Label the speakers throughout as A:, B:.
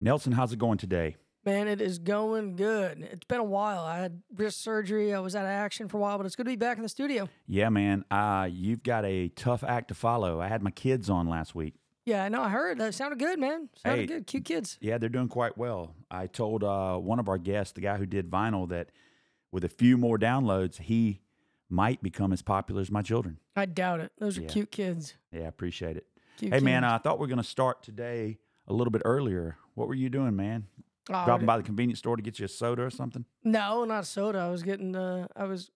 A: Nelson, how's it going today?
B: Man, it is going good. It's been a while. I had wrist surgery. I was out of action for a while, but it's good to be back in the studio.
A: Yeah, man. Uh, you've got a tough act to follow. I had my kids on last week.
B: Yeah, I know. I heard that sounded good, man. Sounded
A: Hey.
B: good. Cute kids.
A: Yeah, they're doing quite well. I told uh, one of our guests, the guy who did vinyl, that with a few more downloads, he might become as popular as my children.
B: I doubt it. Those are cute kids.
A: Yeah, I appreciate it.
B: Cute
A: hey, man,
B: kids.
A: I thought we are going to start today a little bit earlier. What were you doing, man?
B: Oh,
A: Dropping by the convenience store to get you a soda or something?
B: No, not soda. I was getting. Uh, I was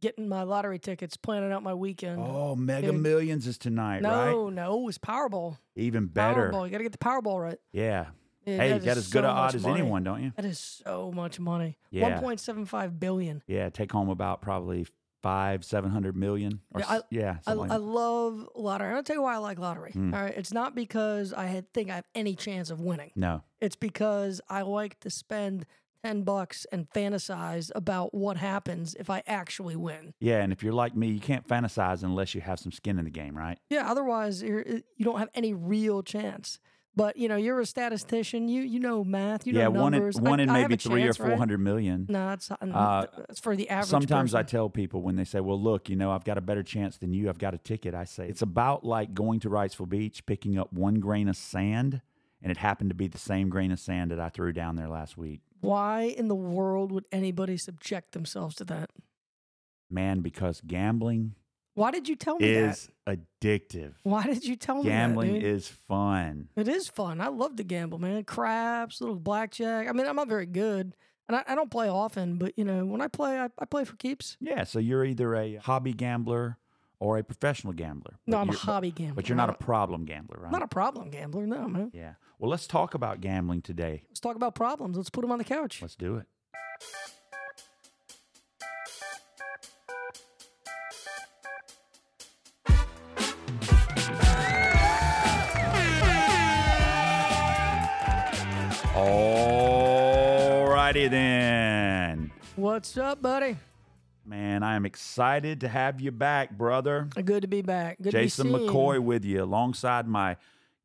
B: getting my lottery tickets, planning out my weekend.
A: Oh, Mega
B: Mm. Big-
A: Millions is tonight, right?
B: no, no, it was Powerball.
A: Even better.
B: Powerball. You got to get the Powerball right.
A: Yeah.
B: Yeah,
A: hey, you
B: is
A: got as good
B: so
A: an
B: much
A: odd as
B: money.
A: anyone, don't you?
B: That is so much money.
A: Yeah.
B: One point seven five billion.
A: Yeah, take home about probably five, seven hundred million. Or
B: Yeah, I-
A: s- yeah,
B: I,
A: something like
B: I
A: that.
B: love lottery. I'll tell you why I like lottery.
A: Mm.
B: All right. It's not because I had, think I have any chance of winning.
A: no,
B: It's because I like to spend 10 bucks and fantasize about what happens if I actually win.
A: yeah, and if you're like me, you can't fantasize unless you have some skin in the game, right?
B: Yeah. Otherwise, you're, it- you don't have any real chance. But you know, you're a statistician. You you know math. You
A: yeah,
B: know
A: one in
B: numbers. I-
A: one in
B: I have
A: maybe
B: a
A: three
B: chance,
A: or four hundred million.
B: Right? No, that's not,
A: Uh,
B: that's for the average.
A: Sometimes I
B: person.
A: tell people when they say, "Well, look, you know, I've got a better chance than you. I've got a ticket." I say it's about like going to Wrightsville Beach, picking up one grain of sand, and it happened to be the same grain of sand that I threw down there last week.
B: why in the world would anybody subject themselves to that?
A: Man, because gambling
B: Why did you tell me that?
A: is addictive.
B: Why did you tell me that?
A: Gambling
B: dude?
A: is fun.
B: It is fun. I love to gamble, man. Craps, little blackjack. I mean, I'm not very good, and I, I don't play often. But you know, when I play, I, I play for keeps.
A: Yeah, so you're either a hobby gambler or a professional gambler.
B: No,
A: but
B: I'm a
A: you're-
B: hobby gambler.
A: But you're
B: I
A: not a
B: don't-
A: problem gambler, right?
B: I'm not a problem gambler. No, man.
A: yeah. Well, let's talk about gambling today.
B: Let's talk about problems. Let's put them on the couch.
A: Let's do it. Alrighty then.
B: What's up, buddy?
A: Man, I am excited to have you back, brother.
B: Uh, Good to be back. Good
A: Jason
B: to be seen.
A: McCoy with you alongside my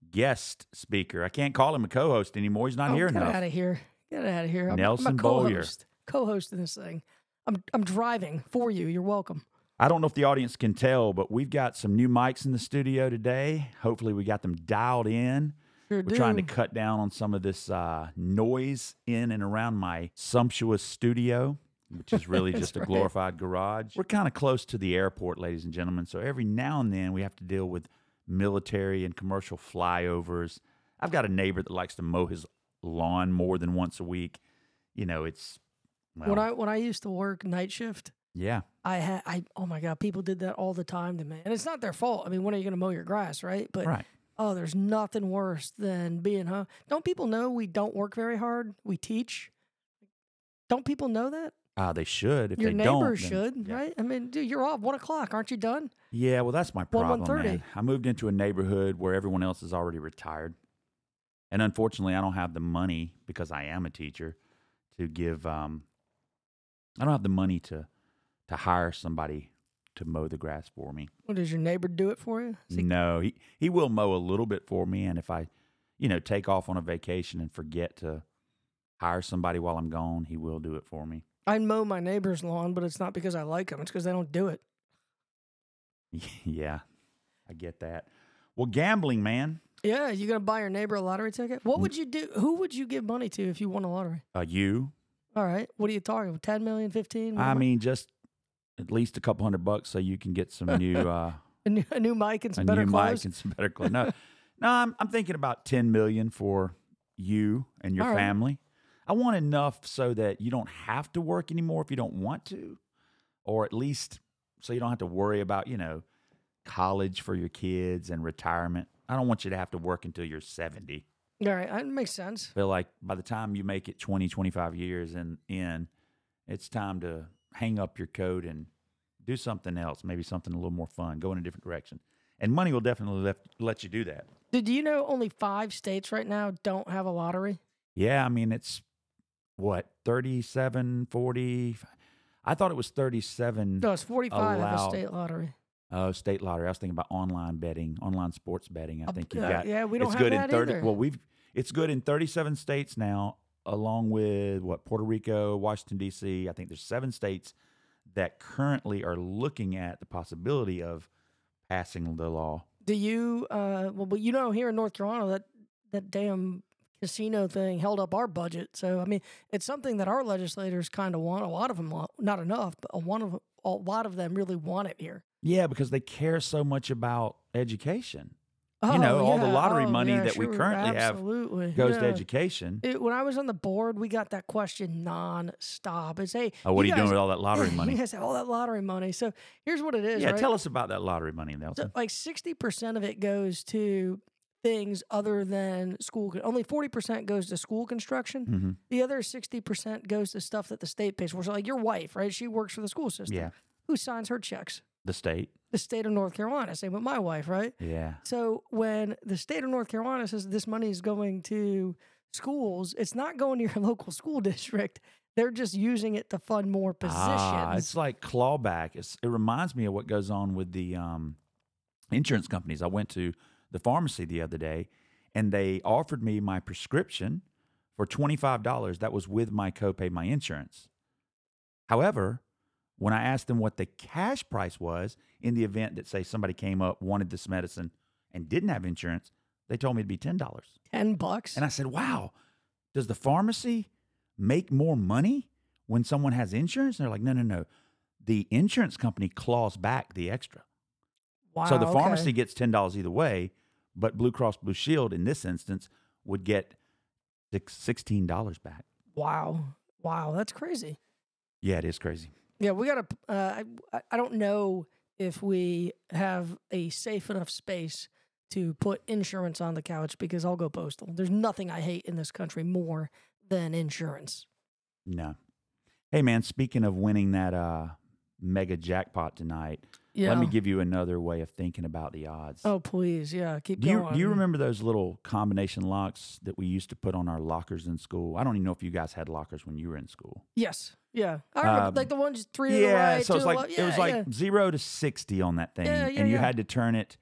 A: guest speaker. I can't call him a co-host anymore. He's not
B: Oh,
A: here
B: get out
A: enough.
B: of here. Get out of here. I'm,
A: Nelson
B: I'm a
A: Bowyer.
B: co-host. Co-hosting this thing. I'm I'm driving for you. You're welcome.
A: I don't know if the audience can tell, but we've got some new mics in the studio today. Hopefully, we got them dialed in.
B: Sure
A: We're trying to cut down on some of this uh, noise in and around my sumptuous studio, which is really just a
B: right.
A: glorified garage. We're kind of close to the airport, ladies and gentlemen. So every now and then we have to deal with military and commercial flyovers. I've got a neighbor that likes to mow his lawn more than once a week. You know, it's well,
B: When I when I used to work night shift,
A: yeah,
B: I had I oh my god, people did that all the time to me, and it's not their fault. I mean, when are you going to mow your grass, right? But
A: right.
B: oh, there's nothing worse than being huh? Don't people know we don't work very hard? We teach. Don't people know that?
A: Uh, they should if
B: your
A: they don't.
B: neighbor
A: then-
B: should,
A: yeah.
B: right? I mean, dude, you're off one o'clock, aren't you done?
A: Yeah, well, that's my
B: One-
A: problem,
B: 1:30.
A: man. I moved into a neighborhood where everyone else is already retired, and unfortunately, I don't have the money because I am a teacher to give. Um, I don't have the money to to hire somebody to mow the grass for me.
B: Well, does your neighbor do it for you? Is he-
A: No, he he will mow a little bit for me, and if I, you know, take off on a vacation and forget to hire somebody while I'm gone, he will do it for me.
B: I mow my neighbor's lawn, but it's not because I like them; it's because they don't do it.
A: yeah, I get that. Well, gambling, man.
B: Yeah, you gonna buy your neighbor a lottery ticket? What would you do? Who would you give money to if you won a lottery?
A: Uh, you
B: All right, what are you talking? Ten million, fifteen? What
A: I
B: am
A: mean, just at least a couple hundred bucks so you can get some new uh,
B: a new, a new mic and
A: a
B: some better
A: new
B: clothes.
A: mic and some better clothes. No, no, I'm I'm thinking about ten million for you and your
B: All right.
A: family. I want enough so that you don't have to work anymore if you don't want to, or at least so you don't have to worry about you know college for your kids and retirement. I don't want you to have to work until you're 70.
B: All right, that makes sense.
A: feel like by the time you make it 20 25 years and in it's time to hang up your coat and do something else maybe something a little more fun go in a different direction and money will definitely let, let you do that
B: Dude, do you know only five states right now don't have a lottery?
A: yeah i mean it's what 37 40 i thought it was 37
B: No, it's 45 have
A: Allow-
B: a state lottery.
A: oh state lottery i was thinking about online betting online sports betting i
B: Uh,
A: think you
B: uh,
A: got
B: yeah, we don't
A: it's
B: have
A: good
B: that
A: in 30
B: either.
A: well we've It's good in 37 states now, along with what Puerto Rico, Washington D.C. I think there's seven states that currently are looking at the possibility of passing the law.
B: Do you? Uh, well, but you know, here in North Carolina, that that damn casino thing held up our budget. So I mean, it's something that our legislators kind of want. A lot of them, want- not enough, but a one of a lot of them really want it here.
A: Yeah, because they care so much about education.
B: Oh,
A: You know, all the lottery money that we currently have
B: absolutely.
A: Goes to
B: Yeah.
A: education.
B: It- when I was on the board, we got that question nonstop. It's hey,
A: Oh, what
B: you
A: are you doing
B: guys-
A: with all that lottery money?
B: you guys have all that lottery money. So here's what it is.
A: yeah,
B: right?
A: tell us about that lottery money, Nelson.
B: So, like sixty percent of it goes to things other than school. Only forty percent goes to school construction.
A: Mhm.
B: The other sixty percent goes to stuff that the state pays for. So, like your wife, right? She works for the school system.
A: Yeah,
B: Who signs her checks?
A: the state.
B: The state of North Carolina. Same with my wife, right?
A: Yeah,
B: So when the state of North Carolina says this money is going to schools, it's not going to your local school district. They're just using it to fund more positions.
A: Ah, it's like clawback. It's, it reminds me of what goes on with the um, insurance companies. I went to the pharmacy the other day, and they offered me my prescription for twenty five dollars. That was with my copay, my insurance. However, when I asked them what the cash price was in the event that say somebody came up wanted this medicine and didn't have insurance, they told me to be ten dollars.
B: Ten bucks.
A: And I said, wow, does the pharmacy make more money when someone has insurance? And they're like, no, no, no. The insurance company claws back the extra.
B: wow.
A: so the
B: okay.
A: pharmacy gets $10 either way, but Blue Cross Blue Shield in this instance would get six- $16 back.
B: Wow. Wow. That's crazy.
A: Yeah, it is crazy.
B: Yeah, we got to. Uh, I, I don't know if we have a safe enough space to put insurance on the couch because I'll go postal. There's nothing I hate in this country more than insurance.
A: No. Hey, man, speaking of winning that uh, mega jackpot tonight,
B: Yeah.
A: let me give you another way of thinking about the odds.
B: oh, please. Yeah. Keep
A: Do you,
B: going.
A: do you remember those little combination locks that we used to put on our lockers in school? I don't even know if you guys had lockers when you were in school.
B: Yes. Yeah. I remember,
A: Um,
B: like the ones three to the right.
A: so
B: two
A: it was
B: to the
A: like
B: left.
A: it was
B: Yeah,
A: like
B: yeah.
A: zero to sixty on that thing,
B: Yeah, yeah,
A: and you
B: yeah.
A: had to turn it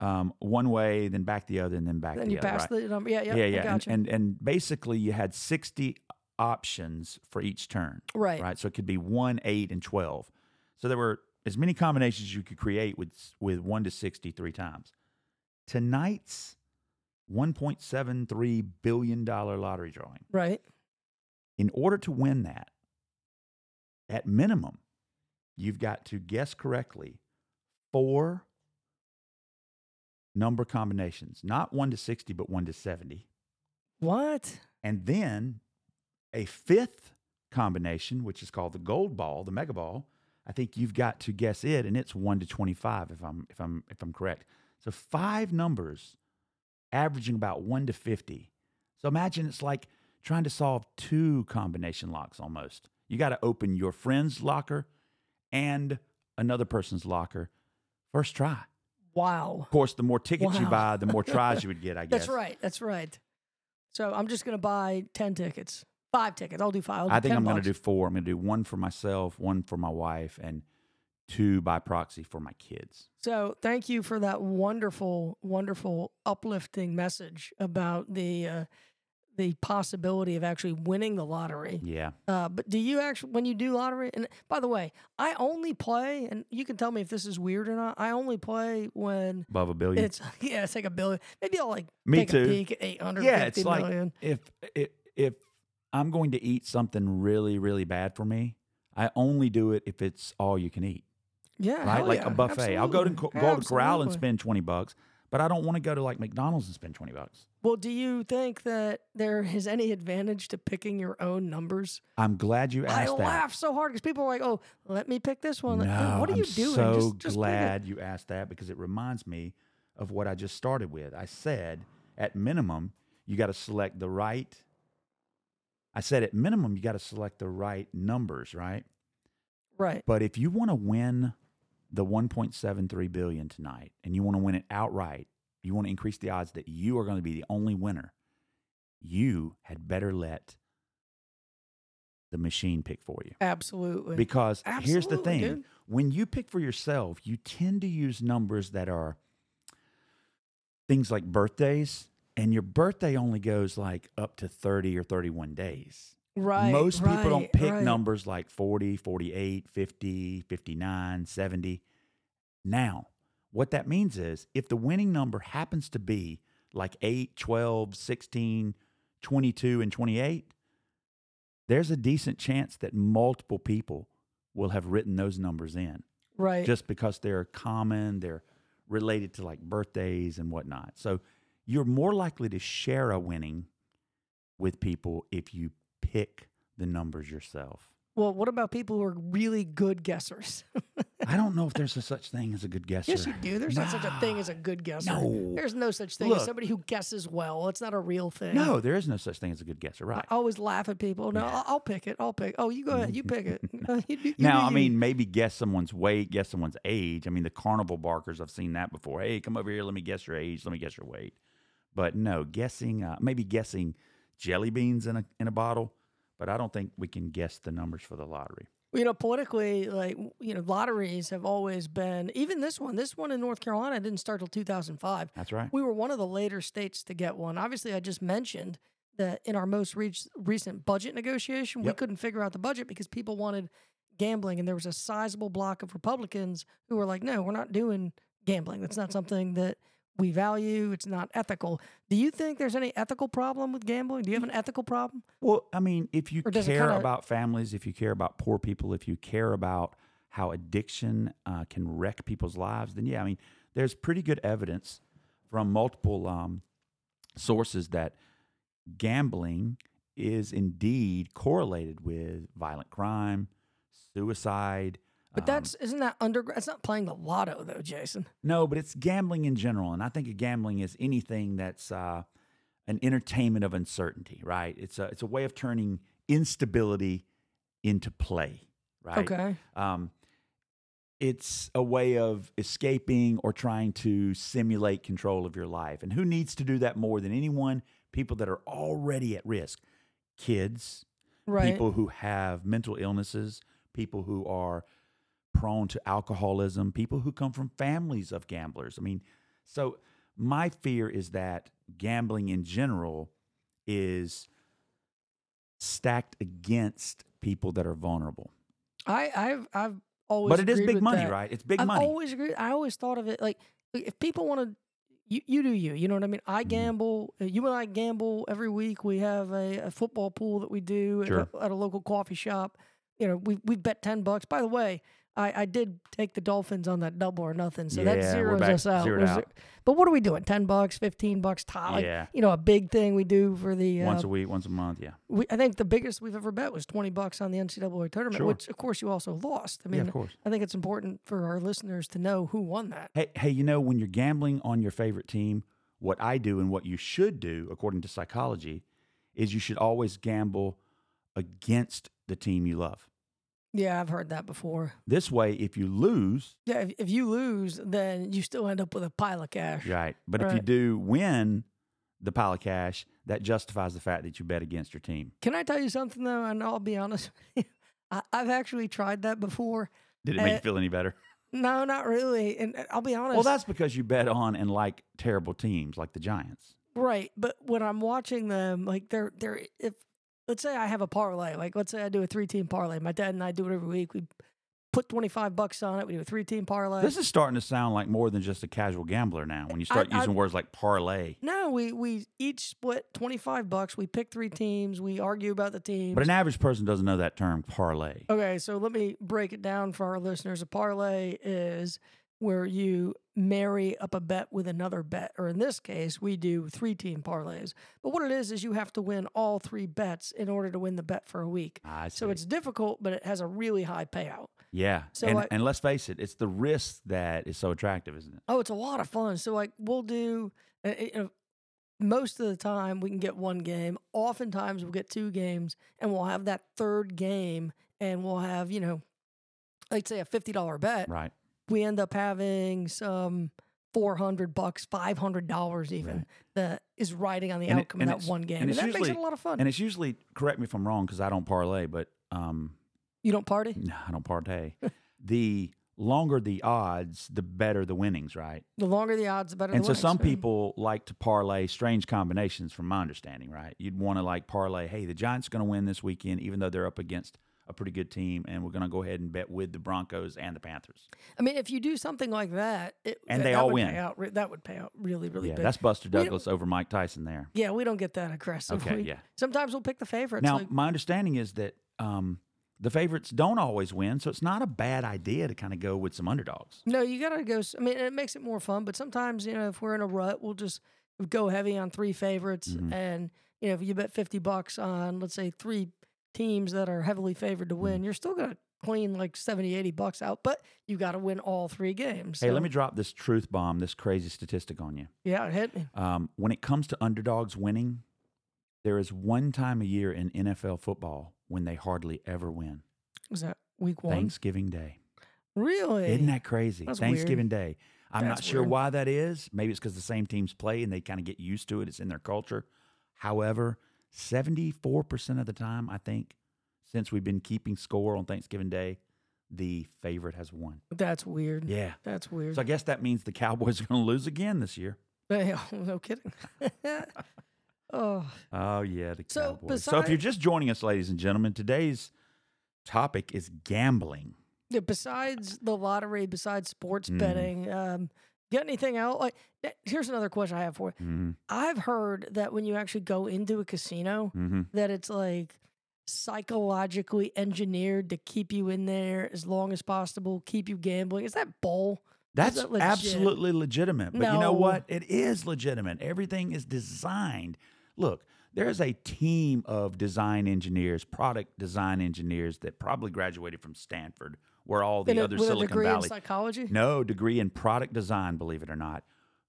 A: um, one way, then back the other, and then back
B: Then
A: the
B: you
A: other.
B: pass
A: right?
B: the number. Yeah. Yeah.
A: yeah,
B: I
A: yeah, and,
B: gotcha.
A: and and basically you had sixty options for each turn,
B: right.
A: right? So it could be one, eight, and twelve. So there were as many combinations you could create with with one to sixty three times. Tonight's one point seven three billion dollar lottery drawing.
B: Right.
A: In order to win that, at minimum, you've got to guess correctly four number combinations, not one to sixty, but one to seventy
B: What?
A: and then a fifth combination, which is called the gold ball, the mega ball. I think you've got to guess it, and it's one to twenty-five. If I'm if I'm if I'm correct, so five numbers, averaging about one to fifty. So imagine it's like trying to solve two combination locks almost. You got to open your friend's locker and another person's locker first try.
B: Wow.
A: Of course, the more tickets you
B: Wow.
A: buy, the more tries you would get. I guess
B: That's right. That's right. So I'm just gonna buy ten tickets, five tickets. I'll do five. I'll do
A: I think
B: 10
A: I'm going to
B: Oh, bucks.
A: do four. I'm going to do one for myself, one for my wife, and two by proxy for my kids.
B: So thank you for that wonderful, wonderful, uplifting message about the uh, the possibility of actually winning the lottery.
A: Yeah.
B: Uh, but do you actually, when you do lottery, and by the way, I only play, and you can tell me if this is weird or not. I only play when
A: Above a billion.
B: it's yeah, it's like a billion. Maybe I'll like
A: Me
B: take
A: too.
B: a peek at eight hundred.
A: yeah. It's like if, if, if I'm going to eat something really, really bad for me, I only do it if it's all you can eat,
B: yeah,
A: right?
B: hell
A: Like
B: yeah,
A: a buffet. I'll go to Co-
B: absolutely,
A: Golden Corral and
B: absolutely.
A: spend 20 bucks, but I don't want to go to like McDonald's and spend 20 bucks.
B: Well, do you think that there is any advantage to picking your own numbers?
A: I'm glad you
B: I
A: asked that.
B: laugh so hard because people are like, "Oh, let me pick this one." Like,
A: No,
B: what are
A: I'm
B: you doing?
A: So
B: just, just pick it."
A: glad you asked that because it reminds me of what I just started with. I said at minimum you got to select the right. I said at minimum you got to select the right numbers, right?
B: right?
A: But if you want to win the 1.73 billion tonight and you want to win it outright, you want to increase the odds that you are going to be the only winner. You had better let the machine pick for you.
B: Absolutely.
A: Because here's the
B: Absolutely,
A: thing
B: dude.
A: when you pick for yourself, you tend to use numbers that are things like birthdays and your birthday only goes like up to 30 or 31 days.
B: Right.
A: Most people don't
B: right,
A: pick
B: right.
A: numbers like 40, 48, 50, 59, 70. Now, what that means is if the winning number happens to be like 8, 12, 16, 22, and 28, there's a decent chance that multiple people will have written those numbers in
B: Right.
A: just because they're common, they're related to like birthdays and whatnot. So you're more likely to share a winning with people if you pick the numbers yourself.
B: well, what about people who are really good guessers?
A: I don't know if there's a such thing as a good guesser.
B: yes, you do. There's not such a thing as a good guesser.
A: No.
B: There's no such thing as
A: Look.
B: somebody who guesses well. It's not a real thing.
A: No, there is no such thing as a good guesser, right?
B: I always laugh at people. No, I'll, I'll pick it. I'll pick. Oh, you go ahead. You pick it. No, you do- you
A: Now,
B: do
A: I
B: you.
A: mean, maybe guess someone's weight, guess someone's age. I mean, the carnival barkers, I've seen that before. Hey, come over here. Let me guess your age. Let me guess your weight. But no, guessing, uh, maybe guessing jelly beans in a, in a bottle, but I don't think we can guess the numbers for the lottery.
B: you know, politically, like you know, lotteries have always been. Even this one, this one in North Carolina didn't start till 2005.
A: That's right.
B: We were one of the later states to get one. Obviously, I just mentioned that in our most re- recent budget negotiation, we
A: Yep.
B: couldn't figure out the budget because people wanted gambling, and there was a sizable block of Republicans who were like, "No, we're not doing gambling. That's not something that." We value. It's not ethical. Do you think there's any ethical problem with gambling? Do you have
A: Mm.
B: an ethical problem?
A: Well, I mean, if you
B: Or does it
A: care
B: kinda-
A: about families, if you care about poor people, if you care about how addiction uh, can wreck people's lives, then yeah, I mean, there's pretty good evidence from multiple um, sources that gambling is indeed correlated with violent crime, suicide.
B: But
A: um,
B: that's isn't that underground? It's not playing the lotto though, Jason.
A: no, but it's gambling in general, and I think of gambling as anything that's uh, an entertainment of uncertainty, right? It's a it's a way of turning instability into play, right?
B: Okay.
A: Um, it's a way of escaping or trying to simulate control of your life, and who needs to do that more than anyone? People that are already at risk, kids,
B: Right.
A: people who have mental illnesses, people who are prone to alcoholism, people who come from families of gamblers. I mean, so my fear is that gambling in general is stacked against people that are vulnerable.
B: I, I've I've always
A: but it is
B: agreed
A: big
B: with
A: money,
B: that.
A: right? It's big
B: I've
A: money.
B: always agreed. I always thought of it like if people want to you, you do you, you know what I mean? I
A: Mhm.
B: gamble, uh, you and I gamble every week. We have a, a football pool that we do at,
A: Sure.
B: a, at a local coffee shop. You know, we we bet 10 bucks. By the way, I, I did take the Dolphins on that double or nothing. So that
A: Yeah, we're
B: zeroes
A: back-
B: us out.
A: zeroed
B: We're
A: out.
B: ze- But what are we doing? 10 bucks, 15 bucks, top, like,
A: Yeah.
B: you know, a big thing we do for the uh,
A: Once a week, once a month, yeah.
B: we, I think the biggest we've ever bet was twenty bucks on the NCAA tournament,
A: Sure.
B: which of course you also lost. I mean,
A: yeah, of course.
B: I think it's important for our listeners to know who won that.
A: Hey, hey, you know, when you're gambling on your favorite team, what I do and what you should do, according to psychology, is you should always gamble against the team you love.
B: Yeah, I've heard that before.
A: This way, if you lose,
B: Yeah, if, if you lose, then you still end up with a pile of cash.
A: right, but if you
B: Right.
A: do win the pile of cash, that justifies the fact that you bet against your team.
B: Can I tell you something though? And I'll be honest, with you. I, I've actually tried that before.
A: Did it make you
B: Uh,
A: feel any better?
B: No, not really. And uh, I'll be honest.
A: Well, that's because you bet on and like terrible teams like the Giants.
B: Right, but when I'm watching them, like they're they're if let's say I have a parlay, like let's say I do a three team parlay. My dad and I do it every week. We put twenty five bucks on it. We do a three team parlay.
A: This is starting to sound like more than just a casual gambler now when you
B: I-
A: start
B: I-
A: using words like parlay.
B: no, we we each split twenty five bucks. We pick three teams. We argue about the teams.
A: But an average person doesn't know that term, parlay.
B: okay, so let me break it down for our listeners. A parlay is where you marry up a bet with another bet, or in this case, we do three team parlays. But what it is is you have to win all three bets in order to win the bet for a week.
A: I
B: So
A: see.
B: it's difficult, but it has a really high payout.
A: yeah.
B: so
A: and,
B: I-
A: and let's face it, it's the risk that is so attractive, isn't it?
B: Oh, it's a lot of fun. So like we'll do uh, it- uh, most of the time we can get one game. Oftentimes we'll get two games, and we'll have that third game, and we'll have you know, let's say a fifty dollar bet.
A: Right.
B: We end up having some. Four hundred bucks, five hundred dollars, even
A: Right.
B: that is riding on the
A: And it-
B: outcome
A: and
B: of that
A: it's-
B: one game,
A: and
B: and,
A: it's
B: that makes it a
A: usually-
B: lot of fun.
A: And it's usually correct me if I'm wrong because I don't parlay, but um,
B: you don't party?
A: no, I don't partay. the longer the odds, the better the winnings, right?
B: The longer the odds, the better.
A: and
B: the
A: so
B: winnings,
A: some
B: yeah.
A: people like to parlay strange combinations, from my understanding, right? You'd want to like parlay, hey, the Giants are going to win this weekend, even though they're up against a pretty good team, and we're going to go ahead and bet with the Broncos and the Panthers.
B: I mean, if you do something like that, it,
A: And
B: that-
A: they
B: that
A: all
B: would
A: win.
B: Pay out, re- that would pay out really, really
A: yeah,
B: big.
A: that's Buster
B: don't-
A: Douglas over Mike Tyson there.
B: yeah, we don't get that aggressive.
A: Okay,
B: We-
A: yeah.
B: Sometimes we'll pick the favorites.
A: now,
B: like-
A: my understanding is that um, the favorites don't always win, so it's not a bad idea to kind of go with some underdogs.
B: no, you got to go. s- I mean, it makes it more fun. But sometimes, you know, if we're in a rut, we'll just go heavy on three favorites,
A: Mhm.
B: and you know, if you bet fifty bucks on, let's say, three teams that are heavily favored to win,
A: Mm.
B: you're still gonna clean like 70 80 bucks out but you got to win all three games
A: Hey, let
B: So,
A: me drop this truth bomb, this crazy statistic on you.
B: yeah it hit me
A: Um, when it comes to underdogs winning, there is one time a year in NFL football when they hardly ever win
B: was that week one
A: Thanksgiving Day.
B: really
A: Isn't that crazy?
B: That's weird.
A: Thanksgiving Day. I'm not
B: That's
A: sure
B: weird.
A: why that is. Maybe it's because the same teams play and they kind of get used to it. It's in their culture. However, 74% of the time, I think, since we've been keeping score on Thanksgiving Day, the favorite has won.
B: that's weird
A: Yeah.
B: That's Mm. weird.
A: So I guess that means the Cowboys are going to lose again this year.
B: Yeah, no kidding. oh,
A: Oh yeah, the
B: So,
A: Cowboys. so if you're
B: beside-
A: just joining us, ladies and gentlemen, today's topic is gambling.
B: yeah, besides the lottery, besides sports
A: Mm.
B: betting, um, got anything else? Like, that- here's another question I have for you.
A: Mm-hmm.
B: I've heard that when you actually go into a casino,
A: Mm-hmm.
B: that it's like psychologically engineered to keep you in there as long as possible, keep you gambling. Is that bull?
A: That's
B: that legit?
A: absolutely legitimate. But you know
B: No.
A: what? It is legitimate. Everything is designed. Look, there's a team of design engineers, product design engineers that probably graduated from Stanford, where all the
B: In a-
A: other
B: with a
A: Silicon
B: degree
A: Valley
B: in psychology?
A: no degree in product design, believe it or not,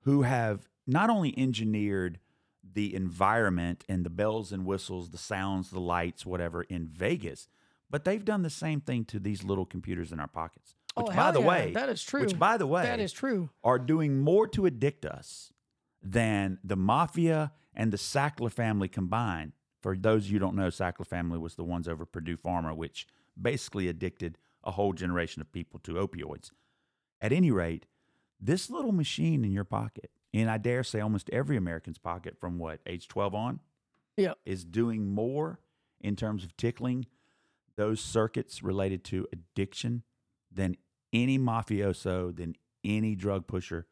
A: who have not only engineered the environment and the bells and whistles, the sounds, the lights, whatever in Vegas, but they've done the same thing to these little computers in our pockets. Which,
B: oh,
A: by
B: hell
A: the
B: yeah,
A: way,
B: that is true.
A: which by the way,
B: that is true.
A: are doing more to addict us than the mafia and the Sackler family combined. For those you don't know, Sackler family was the ones over Purdue Pharma, which basically addicted a whole generation of people to opioids. At any rate, this little machine in your pocket, and I dare say almost every American's pocket from what, age 12 on,
B: Yeah.
A: is doing more in terms of tickling those circuits related to addiction than any mafioso, than any drug pusher,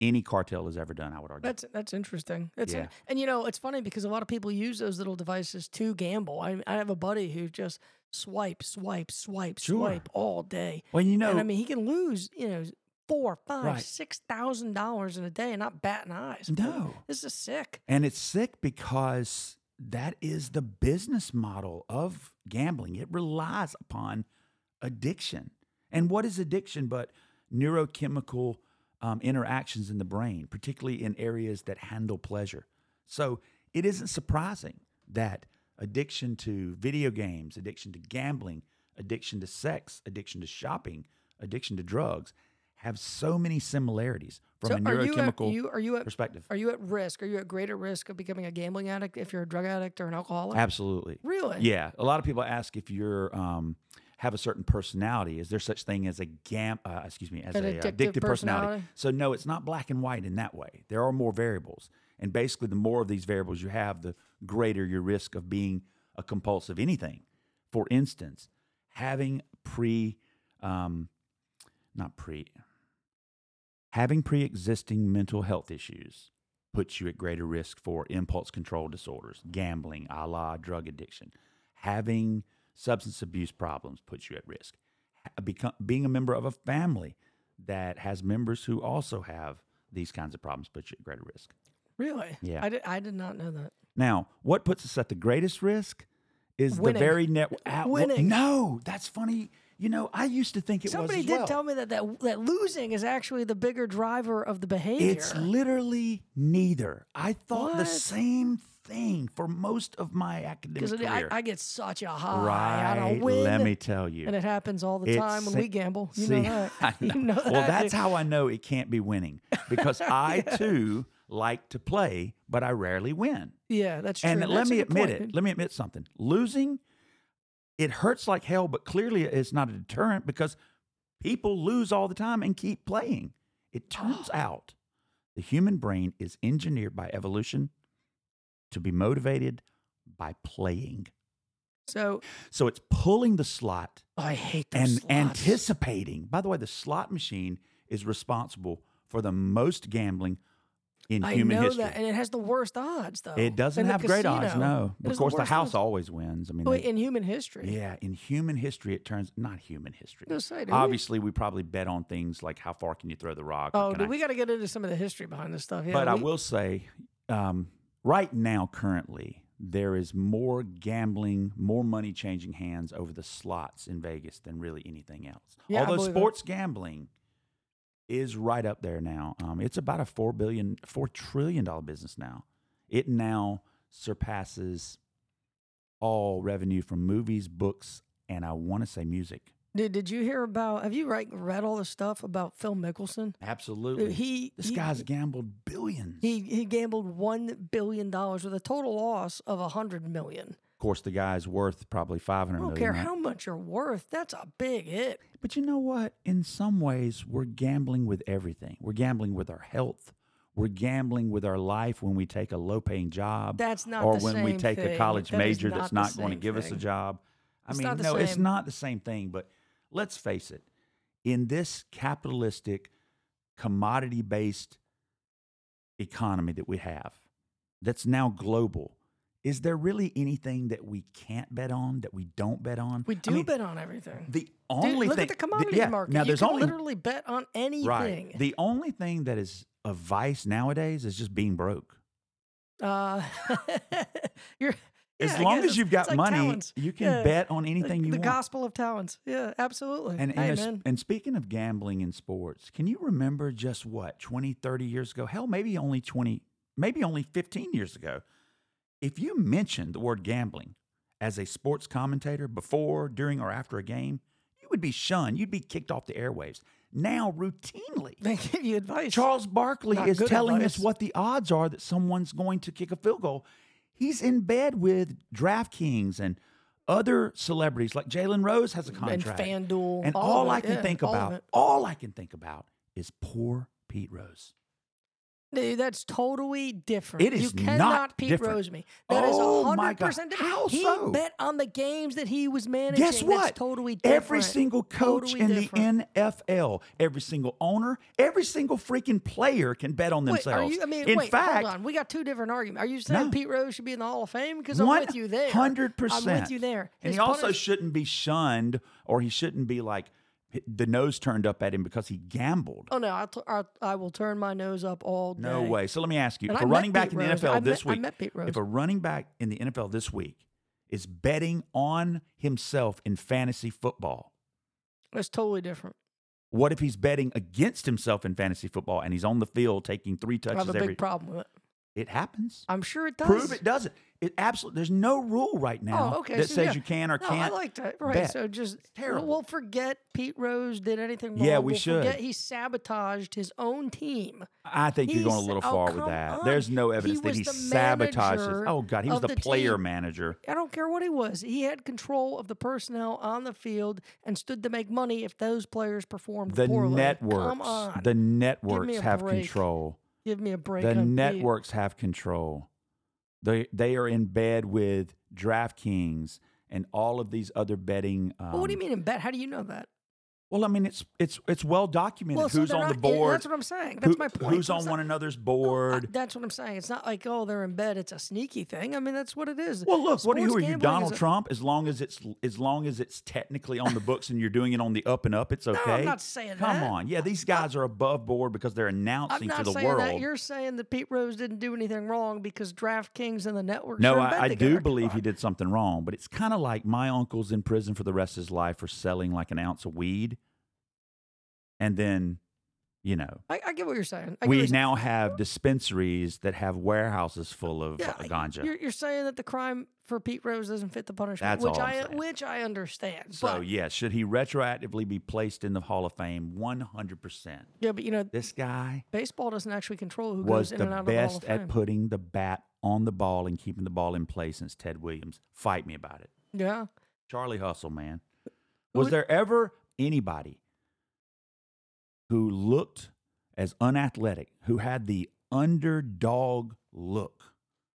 A: any cartel has ever done, I would argue.
B: That's that's interesting. It's
A: Yeah.
B: and you know it's funny because a lot of people use those little devices to gamble. I, I have a buddy who just swipe, swipe, swipe,
A: Sure.
B: swipe all day,
A: well, you know,
B: and I mean he can lose you know four, five,
A: Right.
B: six thousand dollars in a day and not bat an eye. So
A: no.
B: this is sick.
A: And it's sick because that is the business model of gambling. It relies upon addiction. And what is addiction but neurochemical um, interactions in the brain, particularly in areas that handle pleasure? So it isn't surprising that addiction to video games, addiction to gambling, addiction to sex, addiction to shopping, addiction to drugs have so many similarities from
B: so
A: a
B: are you at,
A: neurochemical
B: you are you at
A: perspective.
B: are you at risk? Are you at greater risk of becoming a gambling addict if you're a drug addict or an alcoholic?
A: Absolutely.
B: really?
A: Yeah, a lot of people ask if you're um, have a certain personality. Is there such thing as a gam? Uh, excuse me, as
B: An
A: a
B: addictive
A: addictive personality.
B: personality?
A: So no, it's not black and white in that way. There are more variables, and basically, the more of these variables you have, the greater your risk of being a compulsive anything. For instance, having pre, um, not pre, having pre-existing mental health issues puts you at greater risk for impulse control disorders, gambling, a la drug addiction. Having substance abuse problems puts you at risk. Ha- Become, being a member of a family that has members who also have these kinds of problems puts you at greater risk.
B: Really?
A: Yeah.
B: I did, I did not know that.
A: Now, what puts us at the greatest risk is the
B: Winning.
A: very net. out-
B: Winning.
A: No, that's funny. You know, I used to think it was.
B: Somebody
A: as
B: did
A: well.
B: tell me that, that that losing is actually the bigger driver of the behavior.
A: It's literally neither. I thought the
B: What?
A: same thing for most of my academic
B: Because I,
A: career.
B: I get such a high
A: right.
B: out of win,
A: Let me tell you.
B: and it happens all the
A: It's
B: time when
A: sa-
B: we gamble. You
A: See,
B: know
A: I
B: that. You
A: know.
B: know
A: Well,
B: that,
A: that's
B: dude.
A: how I know it can't be winning because I too like to play, but I rarely win.
B: yeah, that's true.
A: And let
B: That's a
A: me
B: good
A: admit
B: point,
A: it.
B: dude.
A: Let me admit something. Losing, it hurts like hell, but clearly it's not a deterrent because People lose all the time and keep playing. It
B: Oh.
A: turns out the human brain is engineered by evolution to be motivated by playing.
B: So oh,
A: So it's pulling the slot
B: I hate those
A: and
B: slots.
A: anticipating. By the way, the slot machine is responsible for the most gambling in
B: I
A: human
B: know
A: history.
B: that, and it has the worst odds though.
A: it doesn't
B: In the
A: have great odds,
B: casino,
A: no.
B: it Oh,
A: Of
B: has
A: course, the
B: worst
A: house
B: odds
A: always wins. I mean, they-
B: in human history.
A: yeah, in human history, it turns not human history.
B: No, say, do we-
A: Obviously, we probably bet on things like how far can you throw the rock. or
B: Oh,
A: can
B: do
A: I-
B: we got to get into some of the history behind this stuff. Yeah,
A: but I
B: we-
A: will say, um, right now, currently, there is more gambling, more money changing hands over the slots in Vegas than really anything else.
B: Yeah, I
A: Although
B: believe that.
A: sports gambling is right up there now. Um, it's about a four billion, four trillion dollar business now. It now surpasses all revenue from movies, books, and I want to say music.
B: Did, did you hear about? Have you like read all the stuff about Phil Mickelson? Uh,
A: Absolutely,
B: He
A: this
B: he,
A: guy's gambled billions.
B: he he gambled one billion dollars with a total loss of a hundred million.
A: of course, the guy's worth probably five
B: I
A: hundred
B: don't
A: million.
B: care
A: right?
B: how much you're worth. That's a big hit.
A: But you know what? In some ways, we're gambling with everything. We're gambling with our health. We're gambling with our life when we take a low paying job.
B: That's not
A: Um, Or
B: the
A: when we
B: same
A: take a
B: thing.
A: college
B: That is
A: major that's
B: the
A: not going to
B: same
A: give us a
B: thing.
A: job. I
B: It's
A: mean,
B: not the
A: no, it's
B: same.
A: not the same thing. But let's face it, in this capitalistic, commodity based economy that we have, that's now global, is there really anything that we can't bet on, that we don't bet on?
B: We
A: I
B: do
A: mean,
B: bet on everything.
A: the
B: Dude,
A: only
B: look
A: thing
B: at the commodities
A: yeah,
B: market.
A: Now
B: you
A: there's
B: can
A: only
B: literally bet on anything.
A: right. The only thing that is a vice nowadays is just being broke.
B: Uh, you're, yeah,
A: as
B: I
A: long
B: guess
A: as you've
B: it's
A: got
B: like
A: money,
B: talents.
A: you can
B: Yeah.
A: bet on anything
B: the,
A: you
B: the
A: want.
B: gospel of talents. Yeah, absolutely.
A: and,
B: hey,
A: and, as-
B: man.
A: and speaking of gambling in sports, can you remember just what 20, 30 years ago? Hell, maybe only 20, maybe only 15 years ago. If you mentioned the word gambling as a sports commentator before, during, or after a game, you would be shunned. You'd be kicked off the airwaves. Now, routinely,
B: They give you advice.
A: Charles Barkley
B: Not
A: is
B: good
A: telling us
B: advice.
A: what the odds are that someone's going to kick a field goal. He's in bed with DraftKings and other celebrities like Jalen Rose has a
B: and
A: contract.
B: FanDuel.
A: And
B: all,
A: all,
B: of it,
A: I can
B: yeah,
A: think
B: all of
A: about,
B: it.
A: all I can think about is poor Pete Rose.
B: Dude, that's totally different.
A: It is
B: you cannot
A: not
B: Pete
A: different.
B: Rose me. That is
A: Oh,
B: a
A: my
B: hundred
A: God.
B: percent different.
A: How
B: he
A: so?
B: bet on the games that he was managing.
A: Guess what?
B: That's totally different.
A: Every single coach
B: Totally
A: in
B: different.
A: the NFL, every single owner, every single freaking player can bet on
B: Wait, are
A: themselves.
B: you? I mean,
A: in
B: wait,
A: fact,
B: hold on. We got two different arguments. Are you saying
A: No.
B: Pete Rose should be in the Hall of Fame? Because I'm with you there.
A: Hundred percent.
B: I'm with you there.
A: And
B: His
A: he also
B: punish-
A: shouldn't be shunned, or he shouldn't be like h- the nose turned up at him because he gambled.
B: Oh no, I'll t- I'll, I will turn my nose up all day.
A: no way. So let me ask you:
B: And
A: if
B: I
A: a
B: met
A: running back
B: Pete
A: in the
B: Rose.
A: NFL
B: I
A: this
B: met- I
A: week,
B: met Pete Rose.
A: if a running back in the NFL this week is betting on himself in fantasy football,
B: That's totally different.
A: what if he's betting against himself in fantasy football and he's on the field taking three
B: I have
A: touches
B: a big
A: every?
B: problem with it.
A: It happens.
B: I'm sure it does.
A: Prove it doesn't. It absolutely. There's no rule right now
B: Oh, okay.
A: that
B: so
A: says
B: yeah.
A: you can or
B: no, I
A: can't.
B: like that. Right.
A: bet.
B: So just
A: terrible.
B: We'll forget Pete Rose did anything wrong.
A: Yeah, we
B: We'll Forget
A: should.
B: he sabotaged his own team.
A: I think you're going a
B: He's-
A: little
B: oh,
A: far with
B: come
A: that.
B: on.
A: There's no
B: He
A: evidence that
B: was
A: he
B: the
A: sabotaged. His,
B: manager
A: oh God, he was
B: of
A: the,
B: the
A: player
B: team.
A: manager.
B: I don't care what he was. He had control of the personnel on the field and stood to make money if those players performed
A: The
B: poorly. Come
A: networks,
B: on.
A: the networks
B: a
A: have
B: break.
A: control.
B: Give me a break.
A: The
B: on Pete.
A: networks have control. They they are in bed with DraftKings and all of these other betting. Um,
B: But what do you mean in bet? How do you know that?
A: Well, I mean it's it's it's well documented
B: Well, so
A: who's
B: they're
A: on the
B: not in-
A: board.
B: that's what I'm saying. That's
A: who-
B: my point.
A: Who's
B: So
A: on
B: it's not-
A: one another's
B: I-
A: board?
B: that's what I'm saying. It's not like oh they're in bed. It's a sneaky thing. I mean that's what it is.
A: Well, look, what are you, who
B: Sports
A: are you,
B: gambling is
A: Donald
B: a-
A: Trump? As long as it's as long as it's technically on the books and you're doing it on the up and up, it's okay.
B: No, I'm not saying
A: Come
B: that.
A: on, yeah, these guys are above board because they're
B: I'm
A: announcing to
B: not
A: the
B: saying
A: world.
B: that. You're saying that Pete Rose didn't do anything wrong because DraftKings and the network.
A: no,
B: sure bet
A: I, I
B: together.
A: do believe
B: Come
A: he did something wrong, but it's kind of like my uncle's in prison for the rest of his life for selling like an ounce of weed, and then, you know,
B: on. I, I get what you're saying. I get what
A: we
B: you're saying.
A: now have dispensaries that have warehouses full of
B: Yeah,
A: uh, ganja.
B: You're, you're saying that the crime for Pete Rose doesn't fit the punishment,
A: That's
B: which
A: all I'm
B: I
A: saying.
B: which I understand.
A: so
B: but,
A: yes, should he retroactively be placed in the Hall of Fame? One hundred percent.
B: yeah, but you know,
A: This guy
B: baseball doesn't actually control who
A: was
B: goes in
A: the
B: and out of
A: best
B: the Hall
A: at
B: of Fame.
A: putting the bat on the ball and keeping the ball in play since Ted Williams. Fight me about it.
B: yeah,
A: Charlie Hustle, man. Was
B: Would-
A: there ever anybody who looked as unathletic, who had the underdog look,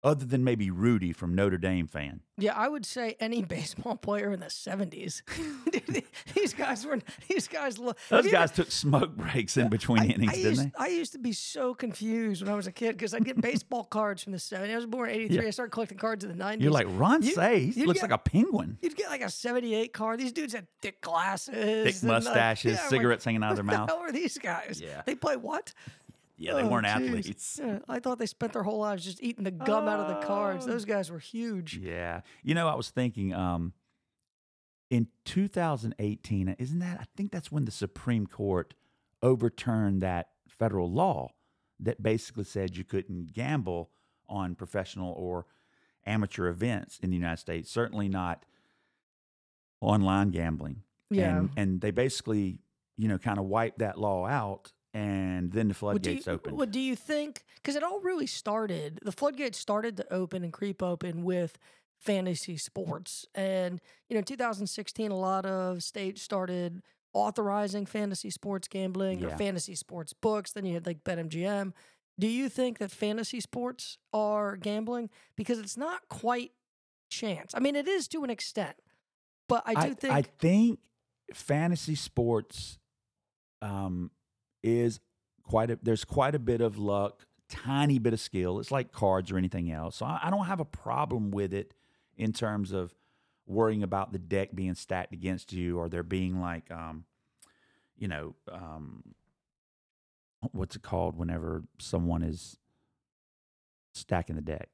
A: other than maybe Rudy from Notre Dame fan.
B: Yeah, I would say any baseball player in the seventies. Dude, these guys were these guys. Lo-
A: Those
B: Have you
A: guys took smoke breaks in between
B: ever- I,
A: innings,
B: I
A: didn't
B: used,
A: they?
B: I used to be so confused when I was a kid because I'd get baseball cards from the seventies. I was born in eighty three. I started collecting cards in the nineties.
A: You're like Ron
B: you-
A: Sayce
B: you
A: looks
B: get-
A: like a penguin.
B: You'd get like a 78 card. These dudes had thick glasses, and,
A: Thick
B: like,
A: mustaches,
B: yeah, I'm like,
A: cigarettes hanging out of
B: What
A: their
B: the
A: mouth.
B: hell are these guys?
A: Yeah.
B: They play what?
A: Yeah, they
B: Oh,
A: weren't
B: jeez.
A: athletes.
B: Yeah, I thought they spent their whole lives just eating the gum out of the cards.
A: Oh.
B: Those guys were huge.
A: Yeah. You know, I was thinking um, in 2018, isn't that, I think that's when the Supreme Court overturned that federal law that basically said you couldn't gamble on professional or amateur events in the United States, certainly not online gambling.
B: Yeah.
A: And, and they basically, you know, kind of wiped that law out and then the
B: Well, do
A: floodgates
B: you,
A: opened.
B: well, do you think? Because it all really started. The floodgates started to open and creep open with fantasy sports, and you know, 2016, a lot of states started authorizing fantasy sports gambling or
A: Yeah.
B: fantasy sports books. Then you had like BetMGM. Do you think that fantasy sports are gambling? Because it's not quite chance. I mean, it is to an extent, but I do think
A: I think fantasy sports um, is quite a there's quite a bit of luck, tiny bit of skill. It's like cards or anything else. So I, I don't have a problem with it in terms of worrying about the deck being stacked against you or there being like um, you know, um, what's it called whenever someone is stacking the deck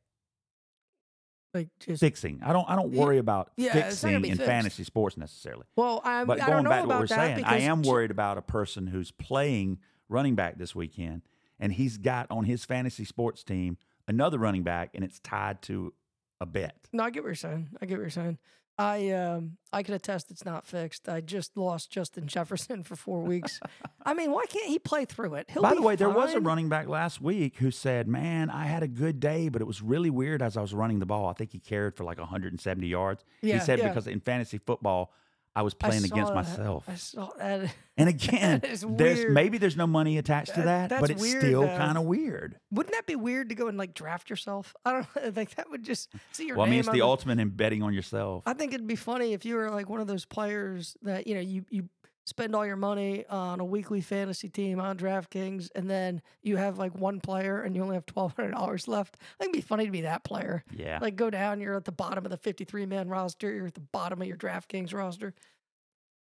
B: like just
A: fixing i don't i don't
B: Yeah.
A: worry about
B: Yeah, it's not
A: fixing
B: gonna
A: in
B: be fixed.
A: fantasy sports necessarily
B: well, I,
A: but
B: I
A: going
B: don't know
A: back to
B: about
A: what we're
B: that
A: saying, I
B: because
A: am
B: ch-
A: worried about a person who's playing running back this weekend, and he's got on his fantasy sports team another running back, and it's tied to a bet.
B: No, I get what you're saying. I get what you're saying. I um I can attest it's not fixed. I just lost Justin Jefferson for four weeks. I mean, why can't he play through it? He'll
A: By
B: be
A: the way, there was a
B: fine.
A: running back last week who said, "Man, I had a good day, but it was really weird as I was running the ball. I think he carried for like 170 yards." he
B: Yeah,
A: said
B: yeah.
A: because in fantasy football, I was
B: I
A: playing
B: saw
A: against
B: that.
A: myself.
B: I saw that.
A: And again,
B: That is
A: there's
B: weird.
A: maybe there's no money attached to
B: That-
A: that, but it's
B: that's weird,
A: still
B: though.
A: kind of weird.
B: Wouldn't that be weird to go and like draft yourself? I don't like that would just see your
A: Well, I
B: name.
A: mean, it's
B: on
A: the ultimate in betting on yourself.
B: I think it'd be funny if you were like one of those players that you know you you spend all your money on a weekly fantasy team on DraftKings, and then you have like one player and you only have twelve hundred dollars left. I think it'd be funny to be that player.
A: yeah.
B: Like go down, you're at the bottom of the 53 man roster, you're at the bottom of your DraftKings roster.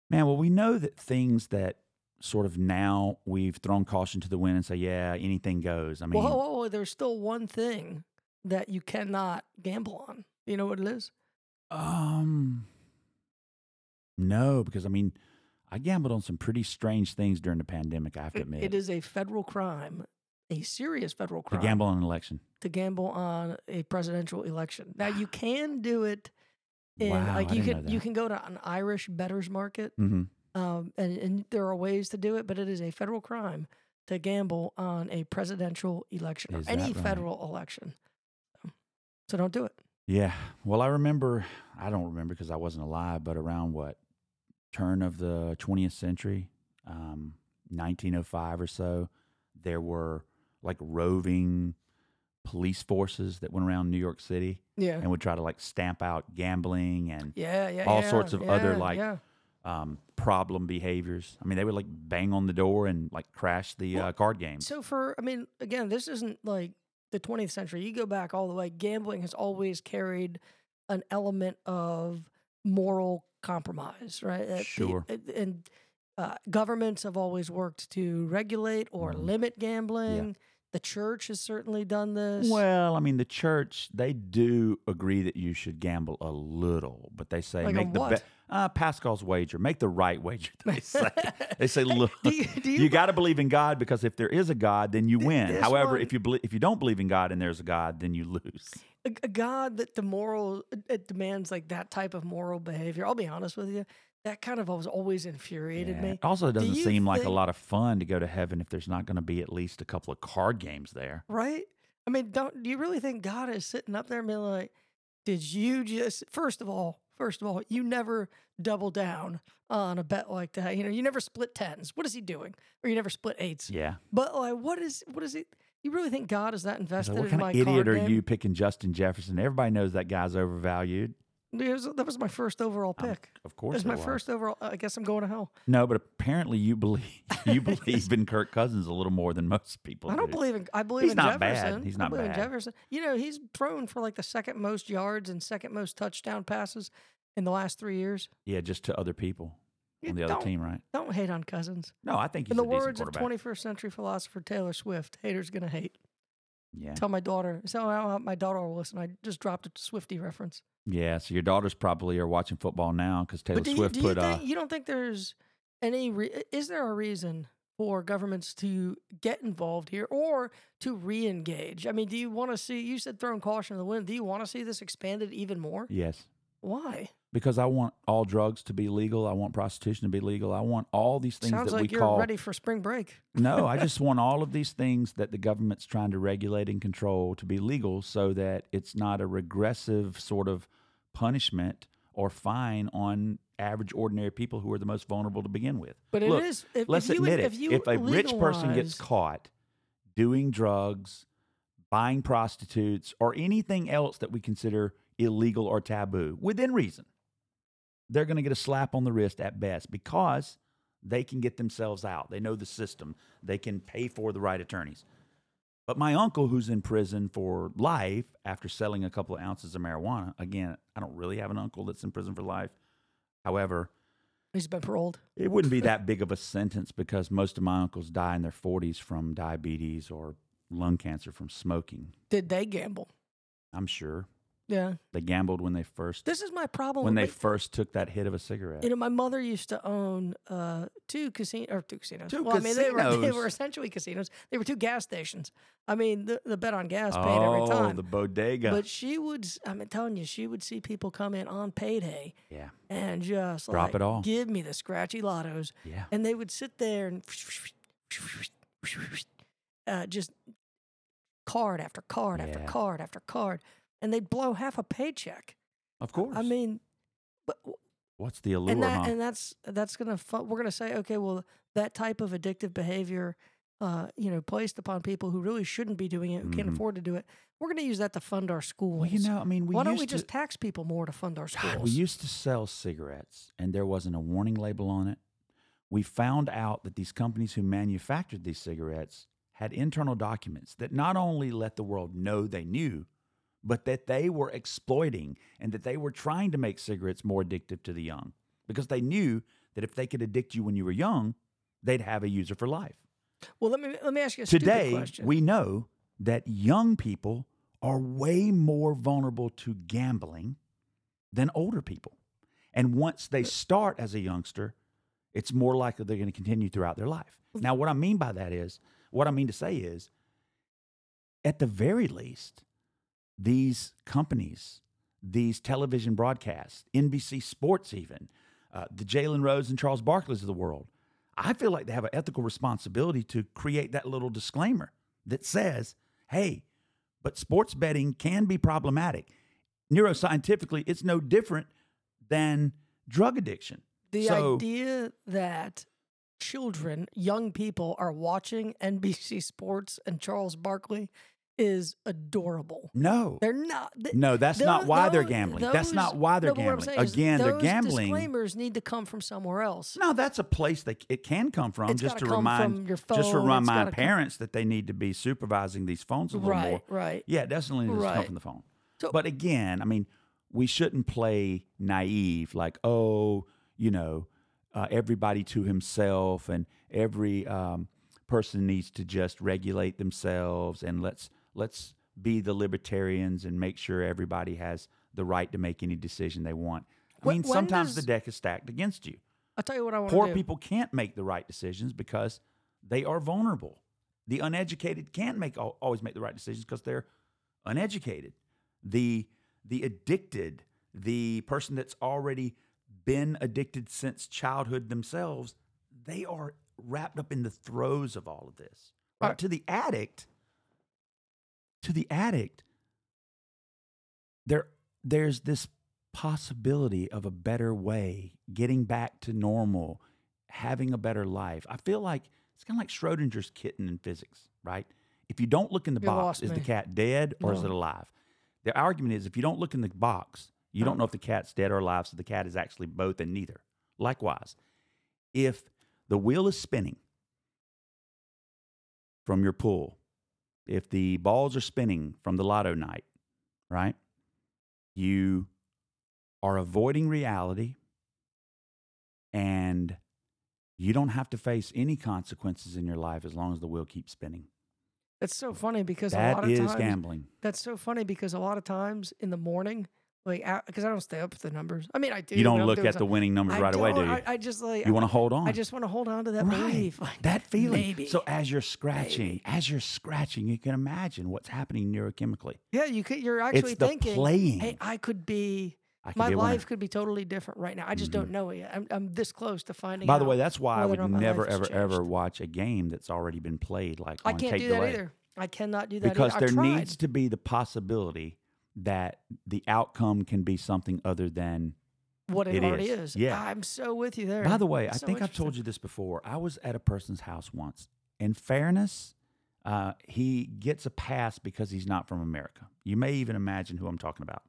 A: Man, well, we know that things that sort of now we've thrown caution to the wind and say, yeah, anything goes. I mean,
B: Well, whoa, whoa, whoa, there's still one thing that you cannot gamble on. You know what it is?
A: um, no, because I mean, I gambled on some pretty strange things during the pandemic. I have to
B: It-
A: admit,
B: it is a federal crime, a serious federal
A: to
B: crime
A: gamble on an election.
B: to gamble on a presidential election. Now you can do it in
A: wow,
B: like
A: I
B: you
A: didn't
B: can
A: know
B: you can go to an Irish betters market,
A: hmm
B: um, and, and there are ways to do it, but it is a federal crime to gamble on a presidential election
A: Is
B: or
A: that
B: any
A: right?
B: federal election. So don't do it.
A: Yeah. Well, I remember, I don't remember because I wasn't alive, but around what turn of the 20th century, um, 1905 or so, there were like roving police forces that went around New York City
B: Yeah.
A: and would try to like stamp out gambling and
B: Yeah, yeah,
A: all
B: yeah,
A: sorts of other,
B: yeah,
A: like,
B: yeah.
A: um, problem behaviors. I mean, they would like bang on the door and like crash the
B: Well,
A: uh, card games.
B: So for I mean, again, this isn't like the 20th century. You go back all the way. Gambling has always carried an element of moral compromise, right? That the-
A: Sure.
B: and- and uh, governments have always worked to regulate or
A: Mhm.
B: limit gambling. The church has certainly done this.
A: Well, I mean, the church they do agree that you should gamble a little, but they say
B: Like
A: make
B: on
A: the
B: what?
A: bet uh, Pascal's wager, make the right wager. They say they say look,
B: do
A: you,
B: you, do you,
A: got to believe in God because if there is a God, then you win.
B: this
A: However,
B: one-
A: if you belie- if you don't believe in God and there's a God, then you lose.
B: a, a God that the moral it- it demands like that type of moral behavior. I'll be honest with you, that kind of was always infuriated
A: Yeah.
B: me.
A: It also doesn't
B: you
A: seem like a
B: think-
A: lot of fun to go to heaven if there's not going to be at least a couple of card games there.
B: right? I mean, don't do you really think God is sitting up there and being like, Did you just first of all, first of all, you never double down on a bet like that. You know, you never split tens. What is he doing? Or you never split eights.
A: Yeah.
B: But like, what is what is it? You really think God is that
A: It's
B: invested
A: like, what
B: in
A: kind
B: my
A: of idiot
B: card
A: are
B: game?
A: you picking Justin Jefferson? Everybody knows that guy's overvalued.
B: It was- that was my first overall
A: I'm-
B: pick.
A: Of
B: It
A: course,
B: was
A: it
B: my
A: was.
B: first overall. I guess I'm going to hell.
A: No, but apparently you believe you believe in Kirk Cousins a little more than most people.
B: I don't
A: do.
B: believe in. I believe
A: He's
B: in
A: not bad.
B: Jefferson.
A: He's
B: I
A: not
B: believe in
A: bad.
B: Jefferson. You know, he's thrown for like the second most yards and second most touchdown passes in the last three years.
A: Yeah, just to other people
B: You
A: on the other
B: don't,
A: team, right?
B: Don't hate on Cousins.
A: No, I think he's
B: in the
A: a decent
B: words of
A: quarterback.
B: 21st century philosopher Taylor Swift, haters gonna hate.
A: yeah,
B: Tell my daughter. So I don't have my daughter will listen. I just dropped a Swifty reference.
A: yeah. So your daughters probably are watching football now because Taylor
B: but do
A: Swift
B: you, do
A: put
B: you
A: uh,
B: think you don't think there's any? Re- is there a reason for governments to get involved here or to re-engage? I mean, do you want to see? You said throwing caution to the wind. Do you want to see this expanded even more?
A: yes.
B: Why?
A: Because I want all drugs to be legal. I want prostitution to be legal. I want all these things
B: Sounds
A: that
B: like
A: we
B: you're
A: call.
B: ready for spring break.
A: no, I just want all of these things that the government's trying to regulate and control to be legal so that it's not a regressive sort of punishment or fine on average, ordinary people who are the most vulnerable to begin with.
B: But
A: Look,
B: it is. If,
A: Let's
B: if you,
A: admit
B: if
A: it.
B: you
A: if a rich person gets
B: legalize-
A: caught doing drugs, buying prostitutes, or anything else that we consider illegal or taboo within reason, they're going to get a slap on the wrist at best because they can get themselves out. They know the system, they can pay for the right attorneys. But my uncle, who's in prison for life after selling a couple of ounces of marijuana, again, I don't really have an uncle that's in prison for life. However,
B: he's been paroled.
A: it wouldn't be that big of a sentence because most of my uncles die in their 40s from diabetes or lung cancer from smoking.
B: Did they gamble?
A: I'm sure
B: Yeah.
A: they gambled when they first
B: This is my problem.
A: when
B: with
A: they
B: ma-
A: first took that hit of a cigarette.
B: You know, my mother used to own uh, two casino or two casinos.
A: Two
B: well, I mean, they were, they
A: casinos.
B: were essentially casinos. They were two gas stations. I mean, the, the bet on gas paid every
A: oh,
B: time.
A: the bodega.
B: But she would, s- I'm telling you, she would see people come in on payday
A: yeah,
B: and just
A: Drop
B: like,
A: it all.
B: Give me the scratchy lottos,
A: yeah.
B: and they would sit there and uh, just card after card after
A: Yeah.
B: card after card, and they'd blow half a paycheck.
A: Of course.
B: I mean, but
A: what's the allure,
B: and that
A: huh?
B: and that's that's gonna fu- we're gonna say okay well that type of addictive behavior uh, you know placed upon people who really shouldn't be doing it who can't
A: Mhm.
B: afford to do it we're gonna use that to fund our schools
A: well, you know, I mean, we
B: why
A: used
B: don't we
A: to,
B: just tax people more to fund our schools
A: God, we used to sell cigarettes and there wasn't a warning label on it. We found out that these companies who manufactured these cigarettes had internal documents that not only let the world know they knew, but that they were exploiting and that they were trying to make cigarettes more addictive to the young because they knew that if they could addict you when you were young, they'd have a user for life.
B: well let me let me ask you a stupid
A: Today,
B: question
A: we know that young people are way more vulnerable to gambling than older people. And once
B: Uh,
A: they start as a youngster, it's more likely they're going to continue throughout their life. Now, what I mean by that is, what I mean to say is, at the very least, these companies, these television broadcasts, NBC Sports, even uh, the Jalen Rose and Charles Barkley's of the world, I feel like they have an ethical responsibility to create that little disclaimer that says, "Hey, but sports betting can be problematic. Neuroscientifically, it's no different than drug addiction."
B: the
A: so-
B: idea that children young people are watching nbc sports and charles barkley is adorable
A: No,
B: they're not they-
A: no, that's not
B: Tho-
A: why they're
B: those-
A: gambling. that's not
B: those-
A: why they're
B: no, but what I'm
A: gambling.
B: saying is
A: Again, they're
B: those
A: gambling.
B: Disclaimers need to come from somewhere else.
A: No, that's a place that it can come from.
B: It's
A: Just
B: gotta
A: to
B: come
A: remind,
B: from your
A: just to
B: phone, it's gotta
A: remind
B: come-
A: parents that they need to be supervising these phones a little
B: right,
A: more.
B: right.
A: Yeah, it definitely needs to come
B: Right.
A: from the phone.
B: So-
A: but again, I mean, we shouldn't play naive, like oh, you know, uh, everybody to himself, and every um, person needs to just regulate themselves, and let's let's be the libertarians and make sure everybody has the right to make any decision they want. I
B: Wh-
A: mean,
B: when
A: sometimes the
B: does-
A: deck is stacked against you
B: I'll tell you what I want to
A: poor
B: do.
A: people can't make the right decisions because they are vulnerable. The uneducated can't make al- always make the right decisions because they're uneducated. The the addicted, the person that's already been addicted since childhood themselves, they are wrapped up in the throes of all of this.
B: All
A: Right.
B: right.
A: To the addict, to the addict, they're there's this possibility of a better way, getting back to normal, having a better life. I feel like it's kind of like Schrodinger's kitten in physics, right? If you don't look in the
B: You
A: box,
B: lost
A: is the
B: me.
A: cat dead or is
B: No.
A: it alive? The argument is if you don't look in the box, you
B: Uh-huh.
A: don't know if the cat's dead or alive, so the cat is actually both and neither. Likewise, if the wheel is spinning from your pool, if the balls are spinning from the lotto night, right? You are avoiding reality and you don't have to face any consequences in your life as long as the wheel keeps spinning.
B: That's so funny because a lot
A: That
B: of
A: is
B: times
A: gambling.
B: that's so funny because a lot of times in the morning, like because I don't stay up with the numbers. I mean, I do.
A: you
B: but
A: don't
B: I'm
A: look
B: doing
A: at the
B: something-
A: winning numbers
B: I
A: right away, do
B: don't-
A: you?
B: I, I just like
A: you want to hold on.
B: I just want to hold on to that
A: Right.
B: belief. Like,
A: that feeling.
B: maybe.
A: So as you're scratching,
B: Maybe.
A: as you're scratching, you can imagine what's happening neurochemically.
B: yeah, you could, you're actually
A: it's the
B: thinking,
A: playing.
B: hey, I could be.
A: I can
B: My
A: be a winner.
B: life could be totally different right now. I just
A: Mhm.
B: don't know it yet. I'm, I'm this close to finding
A: By
B: out.
A: the way, that's why I
B: whether or
A: would
B: not my
A: never,
B: life
A: ever,
B: has
A: ever
B: changed.
A: watch a game that's already been played, like
B: I
A: on
B: can't
A: tape
B: do that
A: delay.
B: either. I cannot do that
A: because
B: either. I
A: there
B: tried.
A: needs to be the possibility that the outcome can be something other than
B: what it,
A: it
B: already
A: is.
B: is.
A: Yeah.
B: I'm so with you there.
A: By the way, I
B: So
A: think I've
B: interesting.
A: told you this before. I was at a person's house once. In fairness, uh, he gets a pass because he's not from America. You may even imagine who I'm talking about.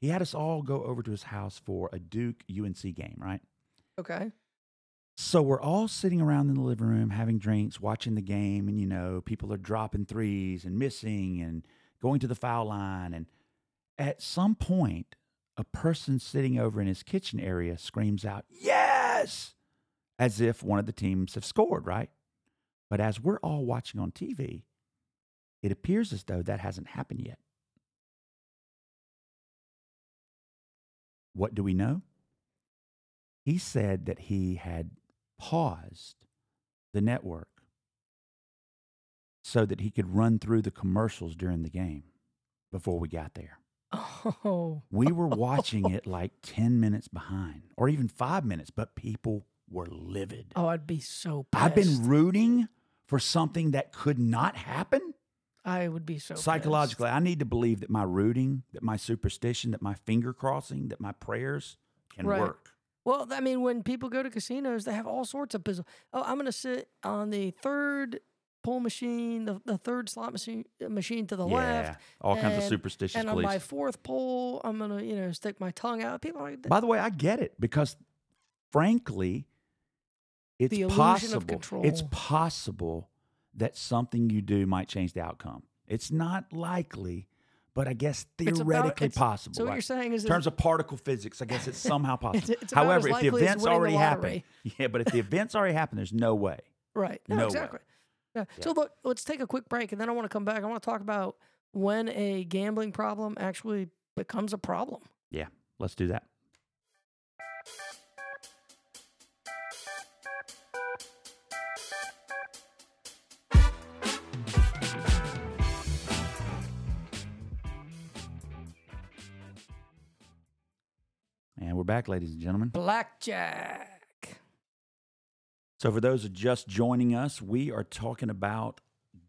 A: He had us all go over to his house for a Duke UNC game, right?
B: Okay.
A: So we're all sitting around in the living room having drinks, watching the game, and you know, people are dropping threes and missing and going to the foul line. And at some point, a person sitting over in his kitchen area screams out, Yes! As if one of the teams have scored, right? But as we're all watching on TV, it appears as though that hasn't happened yet. What do we know? He said that he had paused the network so that he could run through the commercials during the game before we got there.
B: Oh,
A: We were watching it like 10 minutes behind or even five minutes, but people were livid.
B: oh, I'd be so. Pissed.
A: I've been rooting for something that could not happen
B: I would be so pissed.
A: psychologically. I need to believe that my rooting, that my superstition, that my finger crossing, that my prayers can
B: Right.
A: work.
B: Well, I mean, when people go to casinos, they have all sorts of bizarre. Oh, I'm going to sit on the third pull machine, the, the third slot machine machine to the
A: yeah,
B: left,
A: all kinds of
B: and-
A: superstitious
B: and on
A: beliefs.
B: my fourth pull, I'm going to you know stick my tongue out. People are like,
A: By the way, I get it because, frankly, it's
B: The illusion of
A: possible. It's
B: control.
A: possible that something you do might change the outcome. It's not likely, but I guess
B: It's about-
A: theoretically
B: it's-
A: possible.
B: So what
A: right?
B: you're saying is
A: in terms of particle physics, I guess it's somehow possible.
B: It's- it's about as
A: However, if the
B: likely as
A: events
B: winning the
A: already happened,
B: lottery.
A: yeah, but if the events already happened, there's no way.
B: Right.
A: No
B: No,
A: way.
B: exactly. Yeah. So look, let's take a quick break and then I want to come back. I want to talk about when a gambling problem actually becomes a problem.
A: Yeah, let's do that. And we're back, ladies and gentlemen.
B: Blackjack.
A: So, for those who are just joining us, we are talking about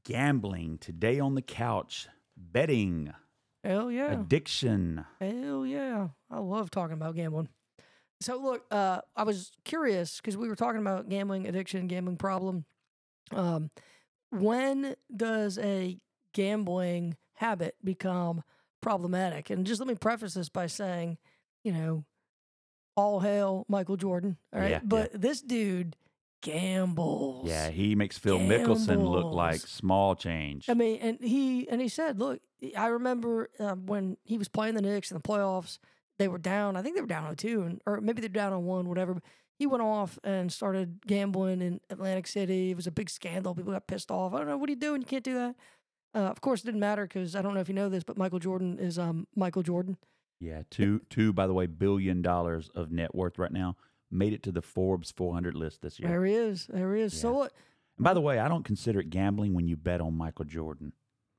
A: gambling today on the couch, betting,
B: Hell yeah.
A: addiction.
B: Hell yeah. I love talking about gambling. So look, uh, I was curious because we were talking about gambling addiction, gambling problem. Um, when does a gambling habit become problematic? And just let me preface this by saying, you know, all hail Michael Jordan. All right.
A: Yeah, yeah.
B: but this dude gambles.
A: Yeah, he makes Phil Mickelson look like
B: Gambles.
A: small change.
B: I mean, and he and he said, "Look, I remember um, when he was playing the Knicks in the playoffs. They were down. I think they were down on two, and or maybe they're down on one, whatever." But He went off and started gambling in Atlantic City. It was a big scandal. People got pissed off. I don't know what are you doing. You can't do that. Uh, of course, it didn't matter because I don't know if you know this, but Michael Jordan is um, Michael Jordan.
A: Yeah, two two by the way billion dollars of net worth right now made it to the Forbes 400 list this year.
B: There he is. There he is. So
A: Yeah.
B: what?
A: And by the way, I don't consider it gambling when you bet on Michael Jordan.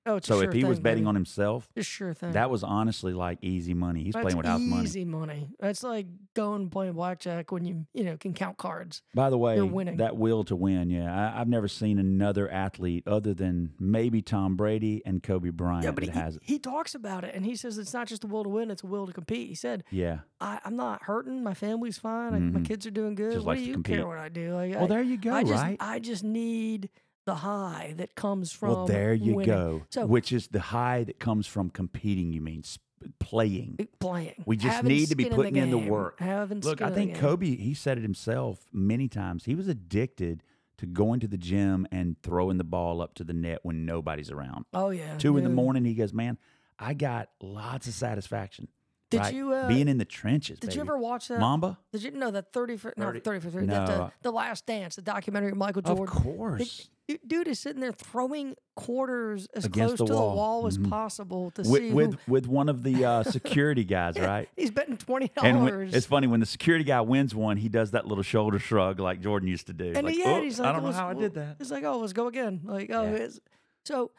B: Oh, it's a
A: So
B: sure
A: if he was
B: thing,
A: betting
B: buddy.
A: on himself,
B: it's a sure thing.
A: that was honestly like easy money. He's
B: That's
A: playing with house money.
B: easy money. That's like going and playing blackjack when you you know can count cards.
A: By the way,
B: winning.
A: that will to win, yeah. I, I've never seen another athlete other than maybe Tom Brady and Kobe Bryant
B: Yeah, but
A: that
B: he,
A: has it.
B: he talks about it and he says it's not just a will to win, it's a will to compete. He said,
A: Yeah.
B: I, I'm not hurting, my family's fine, I- my
A: Mhm.
B: kids are doing good.
A: Just
B: what
A: likes
B: do
A: to
B: you care
A: compete.
B: what I do? Like, I,
A: Well, there you go,
B: I just
A: right?
B: I just need the high that comes from
A: well, there you
B: winning.
A: go.
B: So-
A: Which is the high that comes from competing, you mean, sp- playing.
B: playing.
A: We just
B: having
A: need to be
B: skin
A: putting in the
B: game,
A: work.
B: Having
A: Look,
B: skin
A: I
B: in the
A: think
B: game.
A: Kobe, he said it himself many times. He was addicted to going to the gym and throwing the ball up to the net when nobody's around.
B: Oh yeah.
A: Two in the
B: yeah.
A: morning, he goes, Man, I got lots of satisfaction.
B: Did
A: right?
B: you, uh,
A: being in the trenches?
B: Did you
A: baby.
B: ever watch uh, that?
A: Mamba?
B: Did you know that 30 for, no,
A: 30
B: 30 for 30, that,
A: No,
B: the,
A: I-
B: the Last Dance, the documentary of Michael Jordan?
A: Of course.
B: The du- dude is sitting there throwing quarters as
A: Against
B: close
A: the
B: to
A: wall.
B: the wall as
A: Mhm.
B: possible to see
A: With,
B: who-
A: with with one of the uh, security guys, right?
B: he's betting twenty
A: And when,
B: dollars.
A: it's funny when the security guy wins one, he does that little shoulder shrug like Jordan used to do.
B: And
A: like,
B: yeah,
A: "Oh,
B: he's like,
A: I don't know
B: "Let's-
A: how I did that.
B: It's like, oh, let's go again. Like, oh,
A: Yeah.
B: it's, so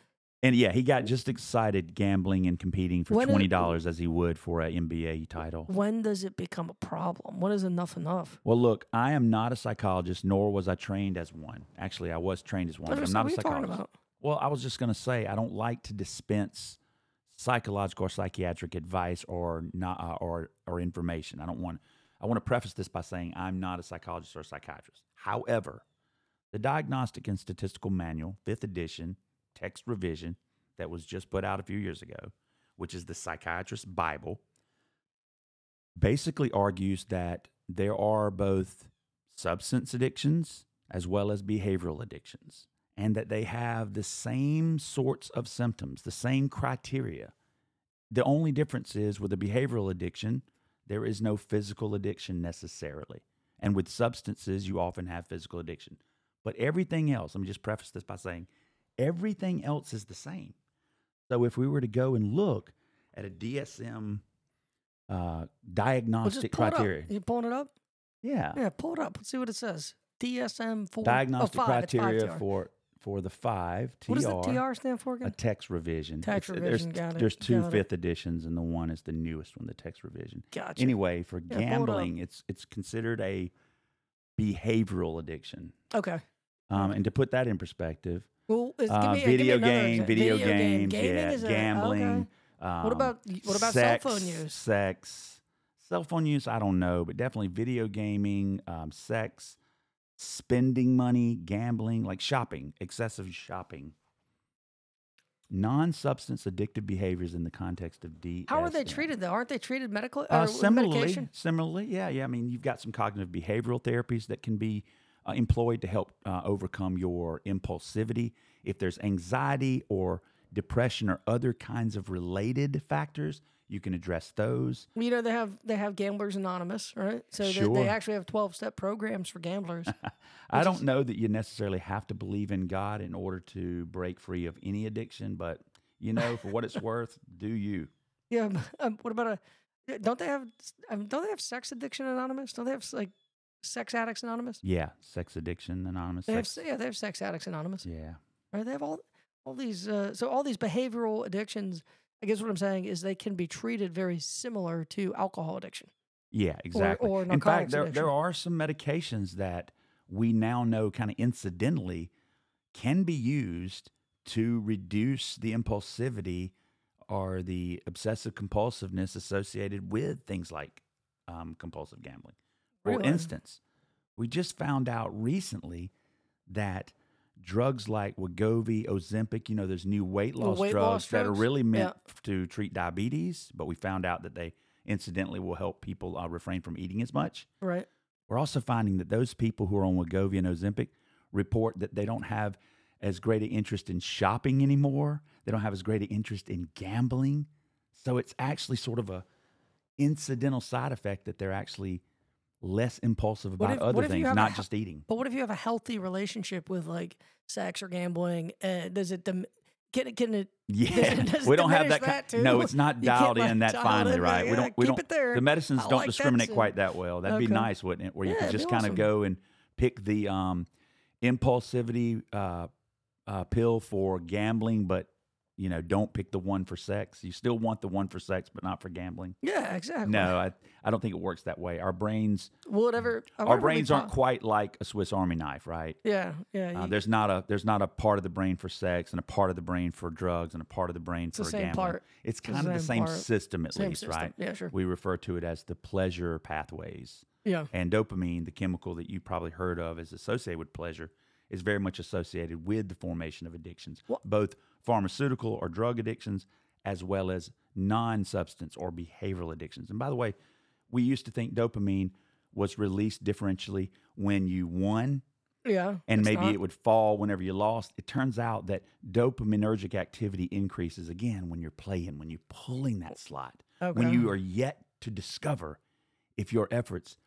A: And yeah, he got just excited gambling and competing for
B: When it-
A: twenty dollars as he would for an NBA title.
B: when does it become a problem? When is enough enough?
A: Well, look, I am not a psychologist, nor was I trained as one. Actually, I was trained as one,
B: What
A: but
B: are-
A: I'm not a
B: what are you talking
A: psychologist.
B: about?
A: Well, I was just going to say I don't like to dispense psychological or psychiatric advice or not uh, or or information. I don't want. I want to preface this by saying I'm not a psychologist or a psychiatrist. However, the Diagnostic and Statistical Manual, fifth edition, text revision that was just put out a few years ago, which is the psychiatrist's Bible, basically argues that there are both substance addictions as well as behavioral addictions, and that they have the same sorts of symptoms, the same criteria. The only difference is with a behavioral addiction, there is no physical addiction necessarily. And with substances, you often have physical addiction. But everything else, let me just preface this by saying everything else is the same. So if we were to go and look at a DSM uh,
B: Well, just
A: diagnostic
B: pull it up.
A: criteria,
B: You pulling it up?
A: yeah,
B: Yeah, pull it up. Let's see what it says. DSM four oh,
A: diagnostic
B: five, it's five
A: criteria
B: TR.
A: for for the five TR,
B: What does the TR stand for
A: a
B: again?
A: text revision.
B: Text
A: there's,
B: revision, got it,
A: There's two
B: got it.
A: fifth editions, and the one is the newest one, the text revision.
B: Gotcha.
A: Anyway, for
B: pull it up.
A: gambling, it's it's considered a behavioral addiction.
B: Okay.
A: Um, and to put that in perspective,
B: Well, is,
A: uh,
B: give me, a-
A: video
B: give me another
A: game,
B: exa-
A: video,
B: game,
A: games,
B: gaming
A: yeah,
B: is a-
A: gambling.
B: okay.
A: Um,
B: What about what about
A: sex,
B: cell phone use?
A: Sex, cell phone use. I don't know, but definitely video gaming, um, sex, spending money, gambling, like shopping, excessive shopping. Non-substance addictive behaviors in the context of D.
B: How are they treated though? Aren't they treated medically?
A: Uh,
B: or with
A: similarly,
B: medication?
A: similarly, yeah, yeah. I mean, you've got some cognitive behavioral therapies that can be uh, employed to help uh, overcome your impulsivity. If there's anxiety or depression or other kinds of related factors, you can address those.
B: Well, You know they have they have Gamblers Anonymous, right? So they, they
A: Sure.
B: actually have twelve step programs for gamblers.
A: I don't know that you necessarily have to believe in God in order to break free of any addiction, but you know, for what it's worth, do you?
B: yeah. Um, what about a? Don't they have? Um, don't they have Sex Addiction Anonymous? Don't they have like Sex Addicts Anonymous?
A: Yeah, sex addiction anonymous.
B: They have
A: sex-
B: yeah they have Sex Addicts Anonymous.
A: yeah.
B: Right? They have all all these uh, so all these behavioral addictions. I guess what I'm saying is they can be treated very similar to alcohol addiction.
A: Yeah, exactly.
B: or
A: In fact,
B: narcotics
A: there,
B: addiction.
A: there are some medications that we now know kind of incidentally can be used to reduce the impulsivity or the obsessive compulsiveness associated with things like um, compulsive gambling. For
B: Really?
A: instance, we just found out recently that drugs like Wegovy, Ozempic, you know, there's new weight
B: The
A: loss,
B: weight
A: drugs,
B: loss
A: that are
B: drugs?
A: really
B: Yeah.
A: meant to treat diabetes, but we found out that they incidentally will help people uh, refrain from eating as much.
B: Right.
A: We're also finding that those people who are on Wegovy and Ozempic report that they don't have as great an interest in shopping anymore. They don't have as great an interest in gambling. So it's actually sort of a incidental side effect that they're actually less impulsive
B: What
A: about
B: if- what
A: other
B: if you
A: things,
B: have a
A: not
B: hou-
A: just eating.
B: But what if you have a healthy relationship with like sex or gambling? Uh, does it dim- can it can it?
A: Yeah,
B: does it
A: we don't have
B: diminish
A: that. kind-
B: that,
A: no,
B: too?
A: it's not
B: You can't,
A: dialed
B: like,
A: in that
B: dial it
A: finely,
B: in,
A: right?
B: like,
A: we
B: yeah,
A: don't. We
B: keep
A: don't.
B: it there.
A: The medicines
B: I
A: don't
B: like that
A: discriminate
B: too.
A: quite that well. That'd
B: Okay.
A: be nice, wouldn't it? Where you
B: Yeah,
A: could
B: it'd
A: just
B: be
A: kind
B: awesome.
A: of go and pick the um, impulsivity uh, uh, pill for gambling, but you know, don't pick the one for sex. You still want the one for sex, but not for gambling.
B: Yeah, exactly.
A: No, I, I don't think it works that way. Our brains,
B: Will it ever? Oh, I
A: our
B: wonder when we
A: brains aren't
B: talk-
A: quite like a Swiss Army knife, right?
B: Yeah, yeah.
A: Uh,
B: you-
A: there's not a there's not a part of the brain for sex and a part of the brain for drugs and a part of the brain
B: the
A: for
B: same
A: gambling.
B: part.
A: It's
B: the
A: kind of the
B: same
A: same
B: part.
A: system at
B: same
A: least,
B: system.
A: right?
B: Yeah, sure.
A: We refer to it as the pleasure pathways.
B: Yeah,
A: And dopamine, the chemical that you probably heard of is associated with pleasure, is very much associated with the formation of addictions,
B: What-
A: both pharmaceutical or drug addictions, as well as non substance or behavioral addictions. And by the way, we used to think dopamine was released differentially when you won
B: yeah.
A: and
B: it's
A: maybe
B: not-
A: it would fall whenever you lost. It turns out that dopaminergic activity increases again when you're playing, when you're pulling that slot, when
B: Okay.
A: you are yet to discover if your efforts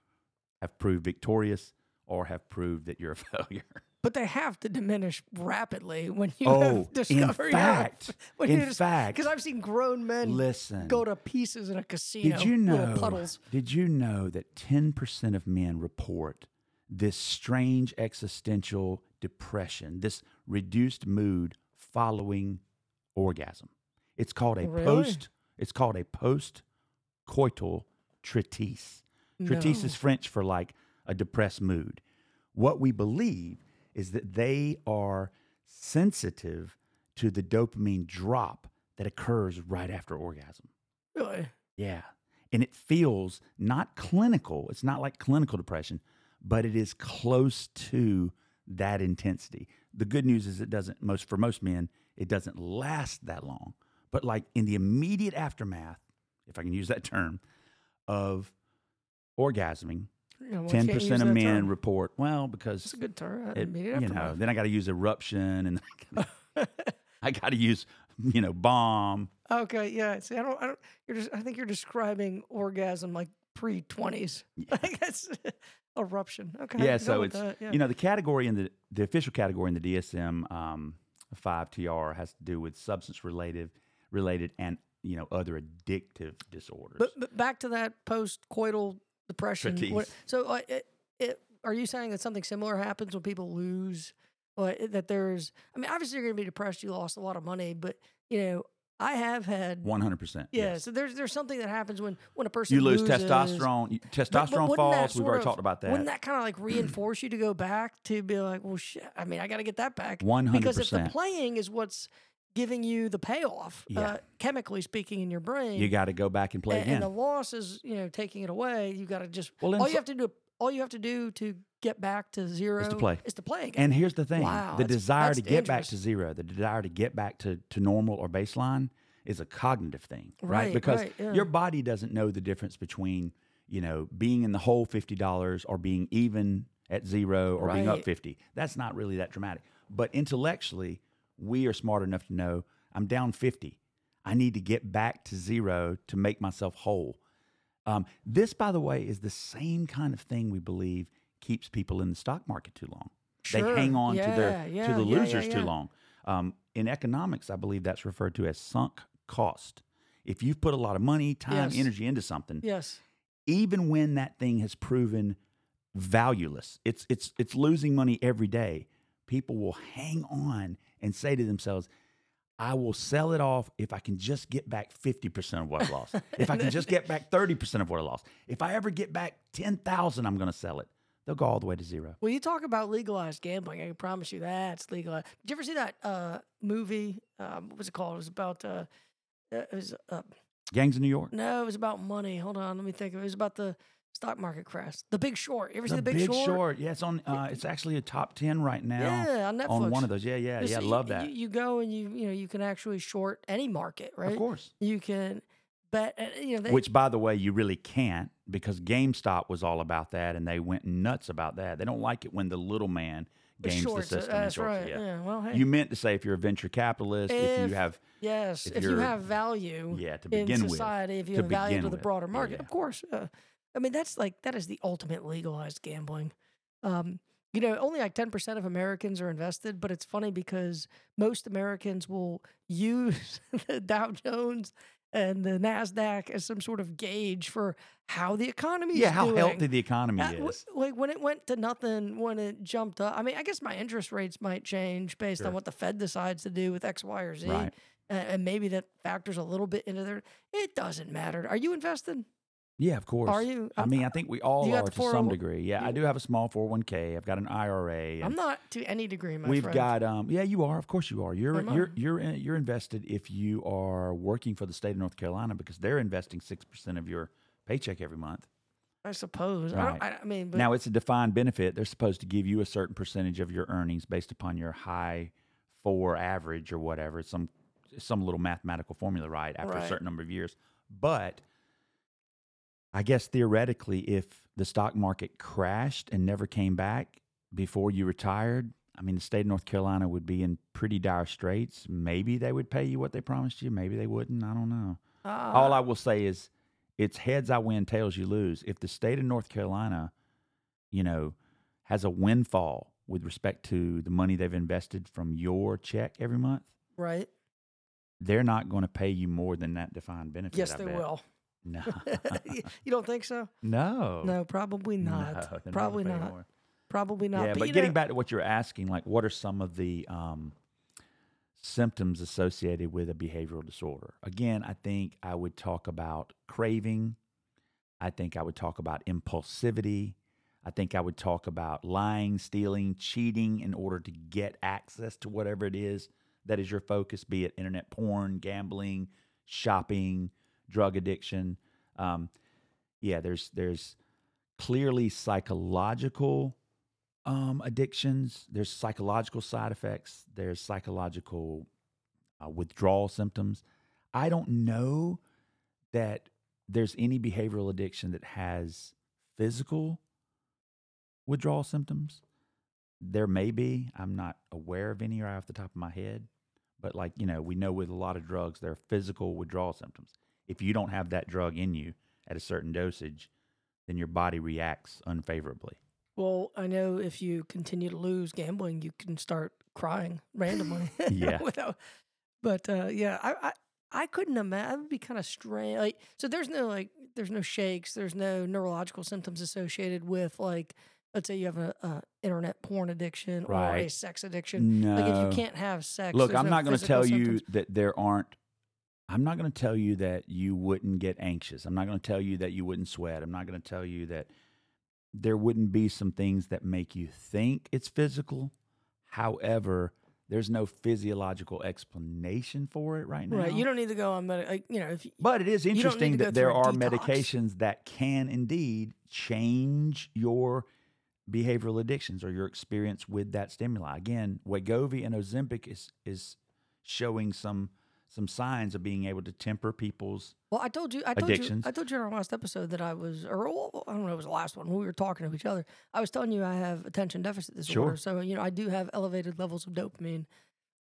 A: have proved victorious or have proved that you're a failure.
B: But they have to diminish rapidly when you
A: oh,
B: have
A: in
B: discovery.
A: fact, in fact,
B: because I've seen grown men
A: listen.
B: go to pieces in a casino.
A: did you
B: little
A: know?
B: puddles?
A: Did you know that 10% of men report this strange existential depression, this reduced mood following orgasm? It's called a
B: Really?
A: post. It's called a post-coital treatise. Treatise
B: No.
A: is French for like a depressed mood. What we believe is that they are sensitive to the dopamine drop that occurs right after orgasm.
B: Really?
A: Yeah. And it feels not clinical. It's not like clinical depression, but it is close to that intensity. The good news is it doesn't most for most men, it doesn't last that long. But like in the immediate aftermath, if I can use that term, of orgasming,
B: Yeah, well, I
A: ten
B: can't use
A: percent of
B: that
A: men
B: term.
A: report, well,
B: It's
A: because
B: a good uh, term. I
A: it,
B: didn't mean it
A: you
B: after
A: know,
B: all.
A: then I gotta use eruption and I gotta use, you know, bomb.
B: Okay, yeah. See, I don't. I don't. You're just. I think you're describing orgasm like pre twenties. Like that's eruption. Okay.
A: yeah
B: I'm done
A: so
B: with
A: it's
B: that, yeah.
A: you know the category in the the official category in the dsm um, 5tr has to do with substance related related and you know other addictive disorders
B: But, but back to that post-coital depression. what-
A: Treatise.
B: so, uh, it, it, are you saying that something similar happens when people lose? Or that there's, I mean, obviously you're going to be depressed. You lost a lot of money, but you know, I have had.
A: 100%
B: yeah,
A: yes.
B: so there's there's something that happens when when a person
A: you lose
B: loses-
A: testosterone you-
B: But- but
A: testosterone
B: wouldn't that
A: falls we've
B: sort
A: already
B: of-
A: talked about
B: Wouldn't
A: that,
B: that kind of like reinforce you to go back to be like, well, shit, I mean, I got to get that back because if the
A: 100%
B: playing is what's giving you the payoff,
A: Yeah.
B: uh, chemically speaking, in your brain,
A: you got to go back and play
B: and, and the
A: again
B: loss is you know taking it away. You got to just
A: Well, in
B: all you
A: fo-
B: have to do all you have to do to get back to zero
A: play.
B: Is to play again.
A: and here's the thing
B: Wow,
A: the
B: that's-
A: desire
B: that's
A: to get back
B: dangerous.
A: to zero the desire to get back to, to normal or baseline is a cognitive thing right,
B: Right,
A: because
B: right, yeah.
A: your body doesn't know the difference between you know being in the hole $50 or being even at zero or being up
B: Right.
A: 50 that's not really that dramatic but intellectually we are smart enough to know i'm down 50 i need to get back to zero to make myself whole um, this by the way is the same kind of thing we believe keeps people in the stock market too long they
B: Sure.
A: hang on to
B: Yeah,
A: their to
B: yeah,
A: the
B: yeah, yeah,
A: losers
B: yeah.
A: too long. Um, in economics, I believe that's referred to as sunk cost. If you've put a lot of money, time,
B: Yes.
A: energy into something,
B: yes,
A: even when that thing has proven valueless, it's it's it's losing money every day. People will hang on and say to themselves, "I will sell it off if I can just get back fifty percent of what I lost. if I can just get back thirty percent of what I lost. If I ever get back ten thousand, I'm going to sell it." They'll go all the way to zero.
B: well, you talk about legalized gambling. I can promise you that's legalized. Did you ever see that uh, movie? Um, what was it called? It was about. Uh, uh, it was uh,
A: Gangs of New York.
B: no, it was about money. Hold on, let me think. It was about the stock market crash. The Big Short. You ever see The Big, Short?
A: Yeah, it's on. Uh, it's actually a top ten right now
B: Yeah, on Netflix.
A: on one of those. Yeah, yeah,
B: You
A: yeah.
B: see-
A: Love that.
B: You, you go and you you know you can actually short any market, right?
A: Of course.
B: You can bet. uh, You know, they,
A: Which, by the way, you really can't because GameStop was all about that, and they went nuts about that. They don't like it when the little man
B: But
A: games
B: shorts,
A: the
B: uh,
A: system. and
B: That's
A: shorts it,
B: right. Yeah. Well, hey.
A: You meant to say if you're a venture capitalist, if,
B: If-
A: you have
B: yes.
A: if
B: If, you
A: you're-
B: have value
A: yeah to
B: in
A: begin with.
B: society, if you
A: to
B: have value
A: begin
B: to the
A: with,
B: broader
A: yeah,
B: market,
A: yeah.
B: of course. Uh, I mean, that's like that is the ultimate legalized gambling. Um, you know, only like ten percent of Americans are invested, but it's funny because most Americans will use the Dow Jones and the Nasdaq as some sort of gauge for how the economy is
A: Yeah, how
B: doing.
A: healthy the economy
B: Uh, w-
A: is.
B: Like when it went to nothing, when it jumped up. I mean, I guess my interest rates might change based
A: Sure.
B: on what the Fed decides to do with X, Y, or Z.
A: Right.
B: and, and maybe that factors a little bit into their. It doesn't matter. Are you invested?
A: Yeah, of course.
B: Are you?
A: I
B: I'm-
A: mean, I think we all
B: You got
A: are
B: the
A: to
B: 401
A: some degree. Yeah, I
B: you-
A: do have a small 401k. I've got an IRA.
B: I'm
A: and
B: not to any degree, my
A: we've
B: friend.
A: got um yeah, you are. Of course you are. You're
B: Am I?
A: you're you're in, you're invested if you are working for the state of North Carolina because they're investing 6% of your paycheck every month.
B: I suppose. I, don't, I, I mean, but
A: now it's a defined benefit. They're supposed to give you a certain percentage of your earnings based upon your high four average or whatever. It's some some little mathematical formula, right? After
B: Right.
A: a certain number of years. But I guess theoretically, if the stock market crashed and never came back before you retired, I mean, the state of North Carolina would be in pretty dire straits. Maybe they would pay you what they promised you. Maybe they wouldn't. I don't know.
B: uh,
A: All I will say is it's heads I win, tails you lose. If the state of North Carolina, you know, has a windfall with respect to the money they've invested from your check every month,
B: right?
A: they're not going to pay you more than that defined benefit.
B: Yes,
A: I
B: they
A: bet.
B: will.
A: No.
B: you you don't think so?
A: no.
B: No, probably
A: No,
B: not.
A: they're gonna
B: probably
A: pay
B: not.
A: more.
B: Probably not.
A: Yeah, but,
B: you
A: getting
B: know-
A: back to what you're asking, like what are some of the um, symptoms associated with a behavioral disorder? Again, I think I would talk about craving. I think I would talk about impulsivity. I think I would talk about lying, stealing, cheating in order to get access to whatever it is that is your focus, be it internet porn, gambling, shopping, drug addiction. Um, yeah, there's there's clearly psychological um, addictions. There's psychological side effects. There's psychological uh, withdrawal symptoms. I don't know that there's any behavioral addiction that has physical withdrawal symptoms. There may be. I'm not aware of any right off the top of my head. But, like, you know, we know with a lot of drugs, there are physical withdrawal symptoms. If you don't have that drug in you at a certain dosage, then your body reacts unfavorably.
B: Well, I know if you continue to lose gambling, you can start crying randomly.
A: Yeah.
B: Without, but uh, yeah, I, I I couldn't imagine. That would be kind of strange. Like, so there's no like, there's no shakes. There's no neurological symptoms associated with like, let's say you have a, a internet porn addiction or a
A: Right.
B: sex addiction.
A: No.
B: Like if you can't have sex,
A: Look,
B: there's
A: I'm
B: no
A: not going to
B: physical
A: tell
B: symptoms.
A: you that there aren't. I'm not going to tell you that you wouldn't get anxious. I'm not going to tell you that you wouldn't sweat. I'm not going to tell you that there wouldn't be some things that make you think it's physical. However, there's no physiological explanation for it right now.
B: right? You don't need to go on medi- like, you know, if you,
A: But it is
B: don't need to
A: interesting
B: go
A: that there
B: through a
A: are
B: detox.
A: medications that can indeed change your behavioral addictions or your experience with that stimuli. Again, Wegovy and Ozempic is is showing some some signs of being able to temper people's
B: Well, I told you, I told
A: addictions.
B: you, I told you in our last episode that I was, or well, I don't know, it was the last one. We were talking to each other. I was telling you I have attention deficit
A: Sure.
B: disorder, so you know I do have elevated levels of dopamine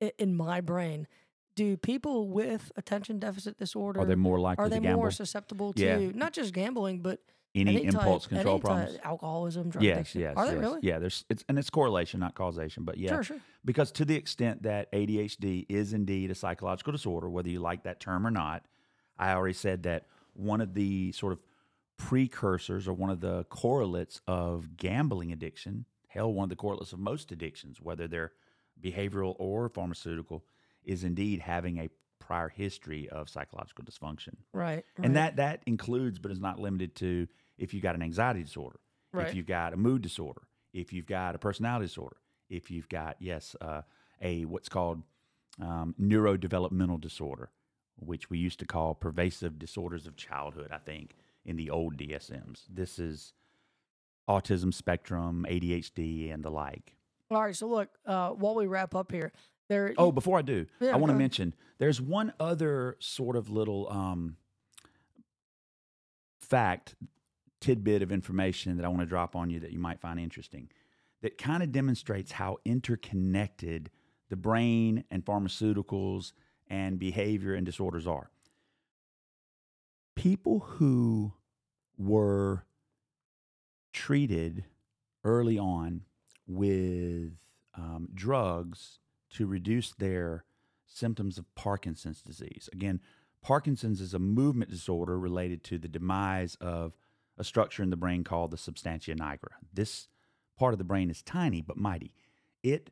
B: in, in my brain. Do people with attention deficit disorder
A: are they more likely
B: are they
A: to gamble
B: more susceptible to
A: Yeah.
B: not just gambling but
A: any,
B: any
A: impulse
B: type,
A: control
B: any
A: problems?
B: type, alcoholism, drug
A: Yes,
B: addiction?
A: yes,
B: are they
A: yes.
B: really?
A: Yeah, there's it's and it's correlation, not causation, but yeah.
B: Sure, sure.
A: Because to the extent that ADHD is indeed a psychological disorder, whether you like that term or not, I already said that one of the sort of precursors or one of the correlates of gambling addiction, hell, one of the correlates of most addictions, whether they're behavioral or pharmaceutical, is indeed having a prior history of psychological dysfunction.
B: Right,
A: And
B: right,
A: that that includes, but is not limited to, if you've got an anxiety disorder,
B: right.
A: if you've got a mood disorder, if you've got a personality disorder, if you've got yes, uh, a what's called um, neurodevelopmental disorder, which we used to call pervasive disorders of childhood. I think in the old DSMs, this is autism spectrum, ADHD, and the like.
B: All right, so look, uh, while we wrap up here, there.
A: Oh, before I do,
B: Yeah,
A: I want
B: go
A: to
B: ahead.
A: mention there's one other sort of little um, fact, tidbit of information that I want to drop on you that you might find interesting that kind of demonstrates how interconnected the brain and pharmaceuticals and behavior and disorders are. People who were treated early on with um, drugs to reduce their symptoms of Parkinson's disease. Again, Parkinson's is a movement disorder related to the demise of a structure in the brain called the substantia nigra. This part of the brain is tiny but mighty. It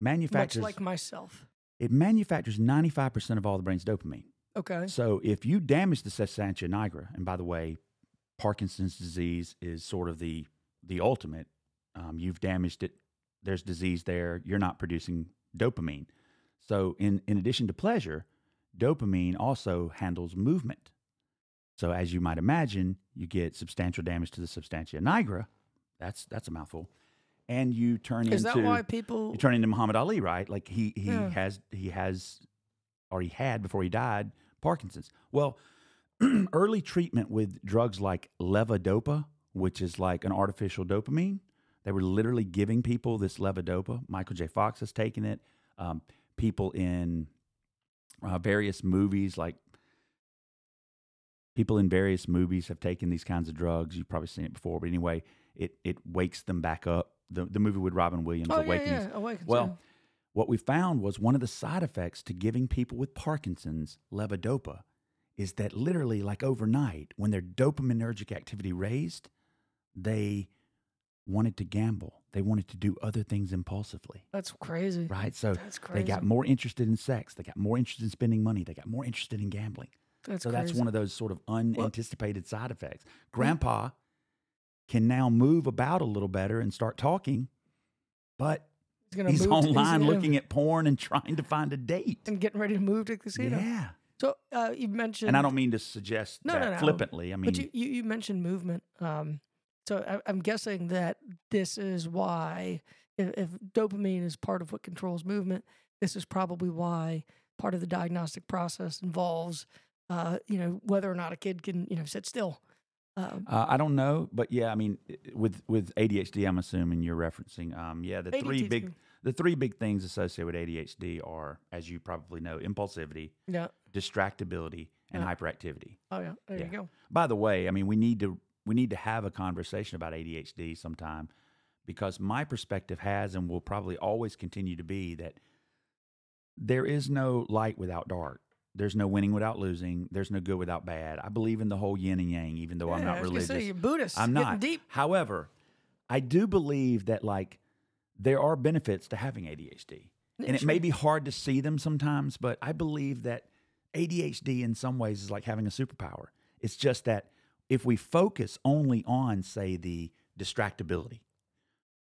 B: much
A: manufactures
B: like myself.
A: It manufactures 95% of all the brain's dopamine.
B: Okay.
A: So if you damage the substantia nigra, and by the way, Parkinson's disease is sort of the the ultimate. Um, you've damaged it. There's disease there. You're not producing dopamine. So in in addition to pleasure, dopamine also handles movement. So as you might imagine, you get substantial damage to the substantia nigra. That's that's a mouthful. And you turn
B: Is that
A: into
B: why people?
A: you turn into Muhammad Ali, right? Like he he
B: Yeah.
A: has he has or he had before he died Parkinson's. Well, early treatment with drugs like levodopa, which is like an artificial dopamine, they were literally giving people this levodopa. Michael J. Fox has taken it. Um, people in uh, various movies, like people in various movies, have taken these kinds of drugs. You've probably seen it before, but anyway, it it wakes them back up. The the movie with Robin Williams,
B: oh
A: Awakenings.
B: yeah, yeah. Awakens.
A: Well, what we found was one of the side effects to giving people with Parkinson's levodopa is that literally, like overnight, when their dopaminergic activity raised, they wanted to gamble. They wanted to do other things impulsively,
B: that's crazy.
A: right? So
B: Mm-hmm. That's crazy.
A: they got more interested in sex. They got more interested in spending money. They got more interested in gambling.
B: That's
A: so that's
B: crazy. Mm-hmm.
A: one of those sort of unanticipated side effects. Grandpa can now move about a little better and start talking, but
B: He's, gonna
A: He's
B: move to
A: online
B: casino
A: looking at porn and trying to find a date.
B: and getting ready to move to the casino.
A: Yeah.
B: So uh, you mentioned,
A: And I don't mean to suggest
B: No,
A: that
B: no, no.
A: flippantly. I mean,
B: but you, you you mentioned movement. Um, so I, I'm guessing that this is why, if, if dopamine is part of what controls movement, this is probably why part of the diagnostic process involves, uh, you know, whether or not a kid can you know sit still. Um,
A: uh, I don't know. But yeah, I mean, i- with with ADHD, I'm assuming you're referencing. Um, yeah, the three
B: ADT's
A: big
B: good.
A: the three big things associated with ADHD are, as you probably know, impulsivity,
B: Yeah.
A: distractibility, and
B: Yeah.
A: hyperactivity.
B: Oh yeah. There
A: Yeah.
B: you go.
A: By the way, I mean we need to we need to have a conversation about ADHD sometime because my perspective has and will probably always continue to be that there is no light without dark. There's no winning without losing. There's no good without bad. I believe in the whole yin and yang, even though I'm
B: Yeah,
A: not
B: I was gonna
A: religious.
B: Say, you're Buddhist.
A: I'm
B: getting
A: not.
B: deep.
A: However, I do believe that like there are benefits to having ADHD. And it may
B: Sure.
A: be hard to see them sometimes, but I believe that ADHD in some ways is like having a superpower. It's just that if we focus only on, say, the distractibility,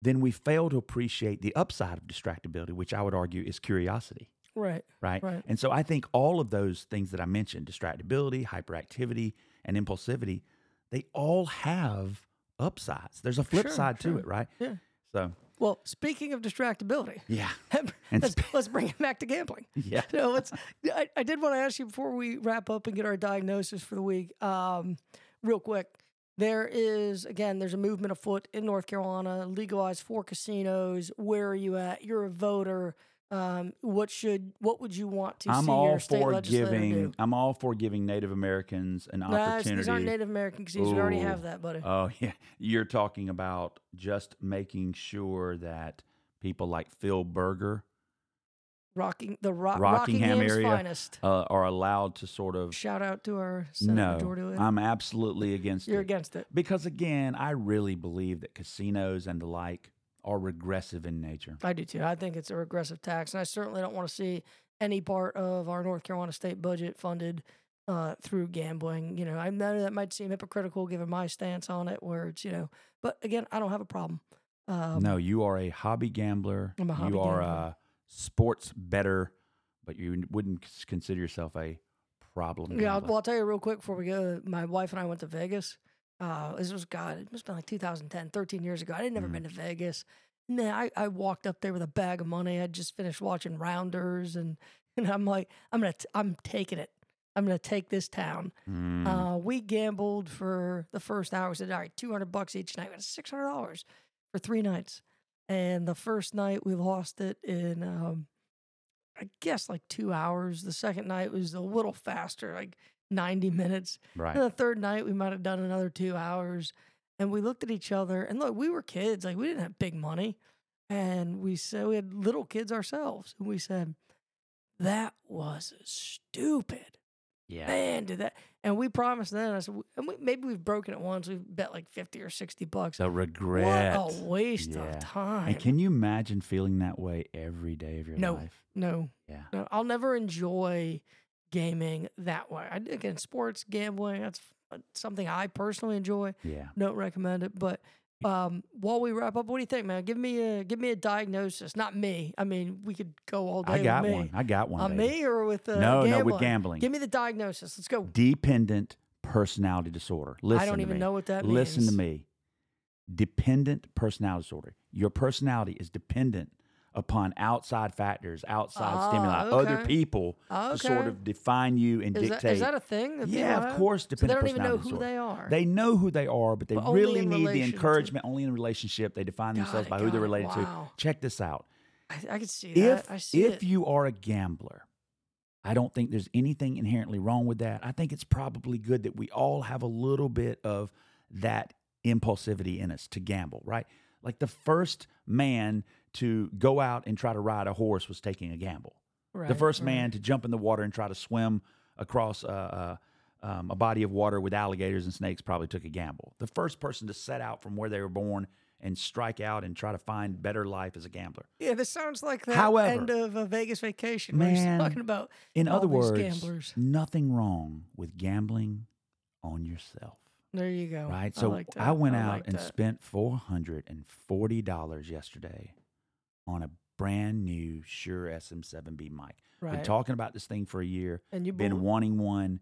A: then we fail to appreciate the upside of distractibility, which I would argue is curiosity,
B: Right.
A: right?
B: Right.
A: And so I think all of those things that I mentioned distractibility, hyperactivity, and impulsivity they all have upsides. There's a flip
B: Sure,
A: side to
B: sure.
A: it, right?
B: Yeah.
A: So,
B: Well, speaking of distractibility,
A: yeah. And
B: let's, let's bring it back to gambling.
A: Yeah.
B: No, let's. I, I did want to ask you before we wrap up and get our diagnosis for the week, um, real quick. There is again, there's a movement afoot in North Carolina, legalized for casinos. Where are you at? You're a voter. Um, what should what would you want to
A: I'm
B: see
A: all
B: your state
A: for
B: legislator do?
A: giving. I'm all for giving Native Americans an
B: That's-
A: opportunity.
B: These aren't Native American casinos. We already
A: Ooh.
B: have that, buddy.
A: Oh yeah, you're talking about just making sure that people like Phil Berger
B: Rocking the Ro-
A: Rockingham
B: Rockingham's
A: area.
B: finest.
A: uh, are allowed to sort of.
B: Shout out to our Senator Jordan
A: No,
B: Lewis.
A: I'm absolutely against
B: You're
A: it.
B: against it.
A: because again, I really believe that casinos and the like are regressive in nature.
B: I do too. I think it's a regressive tax, and I certainly don't want to see any part of our North Carolina state budget funded uh, through gambling. You know, I know that might seem hypocritical given my stance on it, where it's you know, but again, I don't have a problem. Um,
A: no, you are a hobby gambler.
B: I'm a hobby
A: you are
B: gambler.
A: a sports better, but you wouldn't consider yourself a problem.
B: Yeah, I'll-
A: gambler.
B: well, I'll tell you real quick before we go. My wife and I went to Vegas. Uh, this was God. It must have been like 2010, 13 years ago. I would never
A: Mhm.
B: been to Vegas. Man, I, I walked up there with a bag of money. I just finished watching Rounders, and and I'm like, I'm gonna, t- I'm taking it. I'm gonna take this town.
A: Mm.
B: Uh, we gambled for the first hour. We said, all right, 200 bucks each night. We had $600 for three nights. And the first night we lost it in, um, I guess, like two hours. The second night was a little faster, like 90 minutes.
A: right.
B: And the third night we might have done another two hours. And we looked at each other and look, we were kids. Like we didn't have big money. And we said, we had little kids ourselves. And we said, that was stupid.
A: Yeah.
B: Man, did that. And we promised then, I said, "W- and we, maybe we've broken it once. We've bet like 50 or 60 bucks.
A: The regret.
B: What a waste
A: Yeah.
B: of time.
A: And can you imagine feeling that way every day of your
B: No.
A: life?
B: no,
A: Yeah.
B: no, I'll never enjoy gaming that way. I, again, sports, gambling, that's f- uh, something I personally enjoy.
A: Yeah.
B: Don't recommend it. But um, while we wrap up, what do you think, man? Give me a give me a diagnosis. Not me. I mean, we could go all day.
A: I got
B: with me.
A: one. I got one.
B: On
A: baby.
B: me or with uh,
A: no,
B: gambling?
A: no, with gambling.
B: Give me the diagnosis. Let's go.
A: Dependent personality disorder. Listen
B: I don't
A: to
B: even
A: me.
B: know what that means.
A: Listen to me. Dependent personality disorder. Your personality is dependent upon outside factors, outside stimuli,
B: Ah,
A: other
B: okay.
A: people to sort
B: Okay.
A: of define you and
B: Is
A: dictate.
B: that, is that a thing? that
A: yeah,
B: people
A: of
B: have?
A: course.
B: So they
A: Dependent
B: don't even know
A: personality disorder.
B: who they are.
A: They know who they are, but they
B: But only
A: really
B: in
A: need the
B: relation to-
A: encouragement only in relationship. They define
B: Got
A: themselves
B: it,
A: by who
B: got
A: they're
B: it.
A: related to.
B: Wow.
A: Check this out.
B: I, I could see that.
A: If
B: I see
A: if
B: it.
A: you are a gambler, I don't think there's anything inherently wrong with that. I think it's probably good that we all have a little bit of that impulsivity in us to gamble, right? Like the first man to go out and try to ride a horse was taking a gamble. the
B: Right,
A: first
B: right.
A: man to jump in the water and try to swim across uh, uh, um, a body of water with alligators and snakes probably took a gamble. The first person to set out from where they were born and strike out and try to find better life is a gambler.
B: Yeah, this sounds like the
A: However-
B: end of a Vegas vacation. Man, where
A: Man,
B: he's talking about
A: In
B: all
A: other
B: these
A: words,
B: gamblers.
A: nothing wrong with gambling on yourself.
B: There you go.
A: Right?
B: Oh, I
A: So I,
B: like that.
A: went
B: I
A: out
B: like
A: and
B: that.
A: spent $440 yesterday on a brand new Shure SM7B mic. Been
B: Right.
A: talking about this thing for a year,
B: and you
A: been
B: believe-
A: wanting one,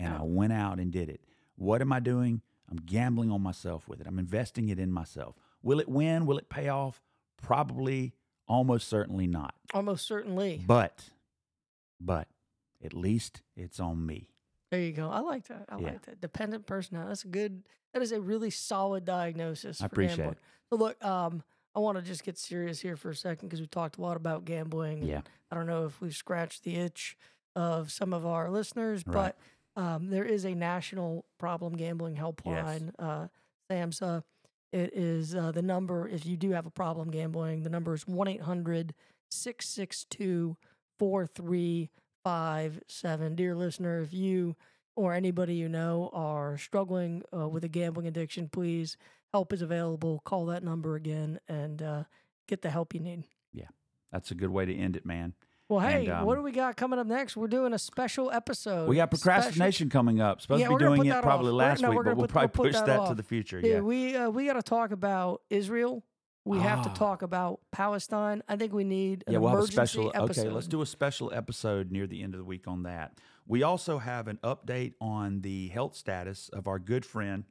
A: and
B: Yeah.
A: I went out and did it. What am I doing? I'm gambling on myself with it. I'm investing it in myself. Will it win? Will it pay off? Probably, almost certainly not.
B: almost certainly.
A: But, but at least it's on me.
B: There you go. I like that. I
A: Yeah.
B: like that. Dependent personality. That's a good. That is a really solid diagnosis.
A: I
B: for gambling.
A: appreciate it.
B: So look, um, I want to just get serious here for a second because we talked a lot about gambling. and
A: Yeah.
B: I don't know if we've scratched the itch of some of our listeners,
A: Right.
B: but um, there is a national problem gambling helpline. Uh, SAMHSA. It is uh, the number if you do have a problem gambling. The number is one 800 662 4357. Dear listener, if you or anybody you know are struggling uh, with a gambling addiction, please help is available. Call that number again and uh, get the help you need.
A: That's a good way to end it, man.
B: Well,
A: And,
B: hey, what
A: um,
B: do we got coming up next? We're doing a special episode.
A: We got
B: Oh, Special-
A: procrastination coming up. Supposed
B: Yeah,
A: to
B: we're
A: be
B: gonna
A: doing
B: put
A: it
B: that
A: probably
B: off. We're-
A: last
B: no,
A: week,
B: we're
A: but
B: gonna
A: we'll
B: put- we'll
A: probably
B: put
A: push
B: that
A: that to
B: off.
A: the future.
B: Dude,
A: yeah.
B: we uh, we got to talk about Israel. We have to
A: Ah.
B: talk about Palestine. I think we need an
A: yeah, we'll have a
B: emergency
A: special.
B: episode.
A: Okay, let's do a special episode near the end of the week on that. We also have an update on the health status of our good friend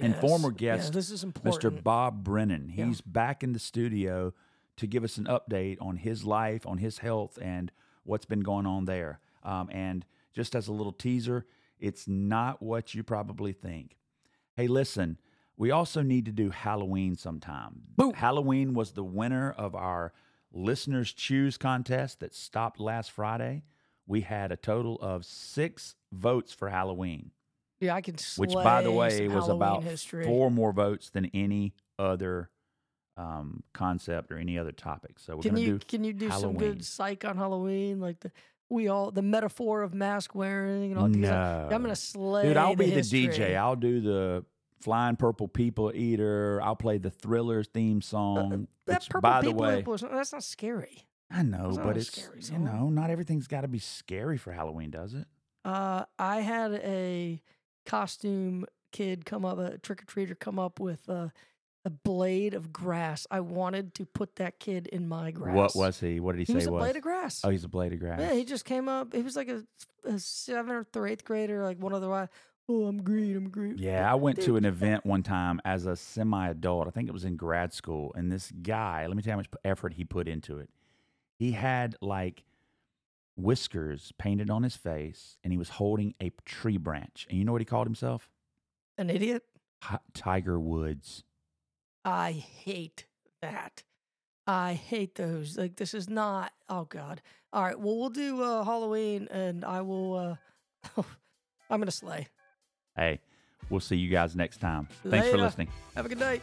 A: and
B: Yes.
A: former
B: Yeah,
A: guest,
B: this is important.
A: Mr. Bob Brennan.
B: Yeah.
A: He's back in the studio to give us an update on his life, on his health, and what's been going on there. Um, and just as a little teaser, it's not what you probably think. Hey, listen, we also need to do Halloween sometime. Halloween was the winner of our listeners choose contest that stopped last Friday. We had a total of six votes for Halloween
B: Yeah, I can.
A: which by the
B: slay
A: way
B: some
A: was
B: Halloween
A: about
B: history.
A: four more votes than any other um, concept or any other topic. So we're
B: Can
A: gonna
B: you
A: do
B: can you do some
A: Halloween.
B: good psych on Halloween? Like the we all the metaphor of mask wearing and all. 'cause I, am gonna slay.
A: dude. I'll be the
B: history.
A: DJ. I'll do the flying purple people eater. I'll play the Thriller theme song.
B: Uh, that
A: which,
B: purple
A: by the
B: people
A: way,
B: influence- that's not scary.
A: I know,
B: It's not
A: but
B: a
A: it's
B: scary
A: you
B: song.
A: know not everything's got to be scary for Halloween, does it?
B: Uh, I had a costume kid come up, a trick or treater come up with a, a blade of grass. I wanted to put that kid in my grass.
A: What was he? What did he,
B: he
A: say?
B: was a
A: was
B: blade of grass?
A: oh, he's a blade of grass.
B: Yeah, he just came up. He was like a, a seventh or eighth grader, like one of the. wi- Oh, I'm green. I'm green.
A: Yeah, I went to
B: Dude.
A: an e event one time as a semi adult. I think it was in grad school. And this guy, let me tell you how much effort he put into it. He had like whiskers painted on his face and he was holding a tree branch. And you know what he called himself?
B: An idiot.
A: Hi- Tiger Woods.
B: I hate that. I hate those. Like this is not. Oh God. All right. Well, we'll do uh, Halloween, and I will. Uh, I'm gonna slay.
A: Hey, we'll see you guys next time. Thanks for
B: Later.
A: listening.
B: Have a good night.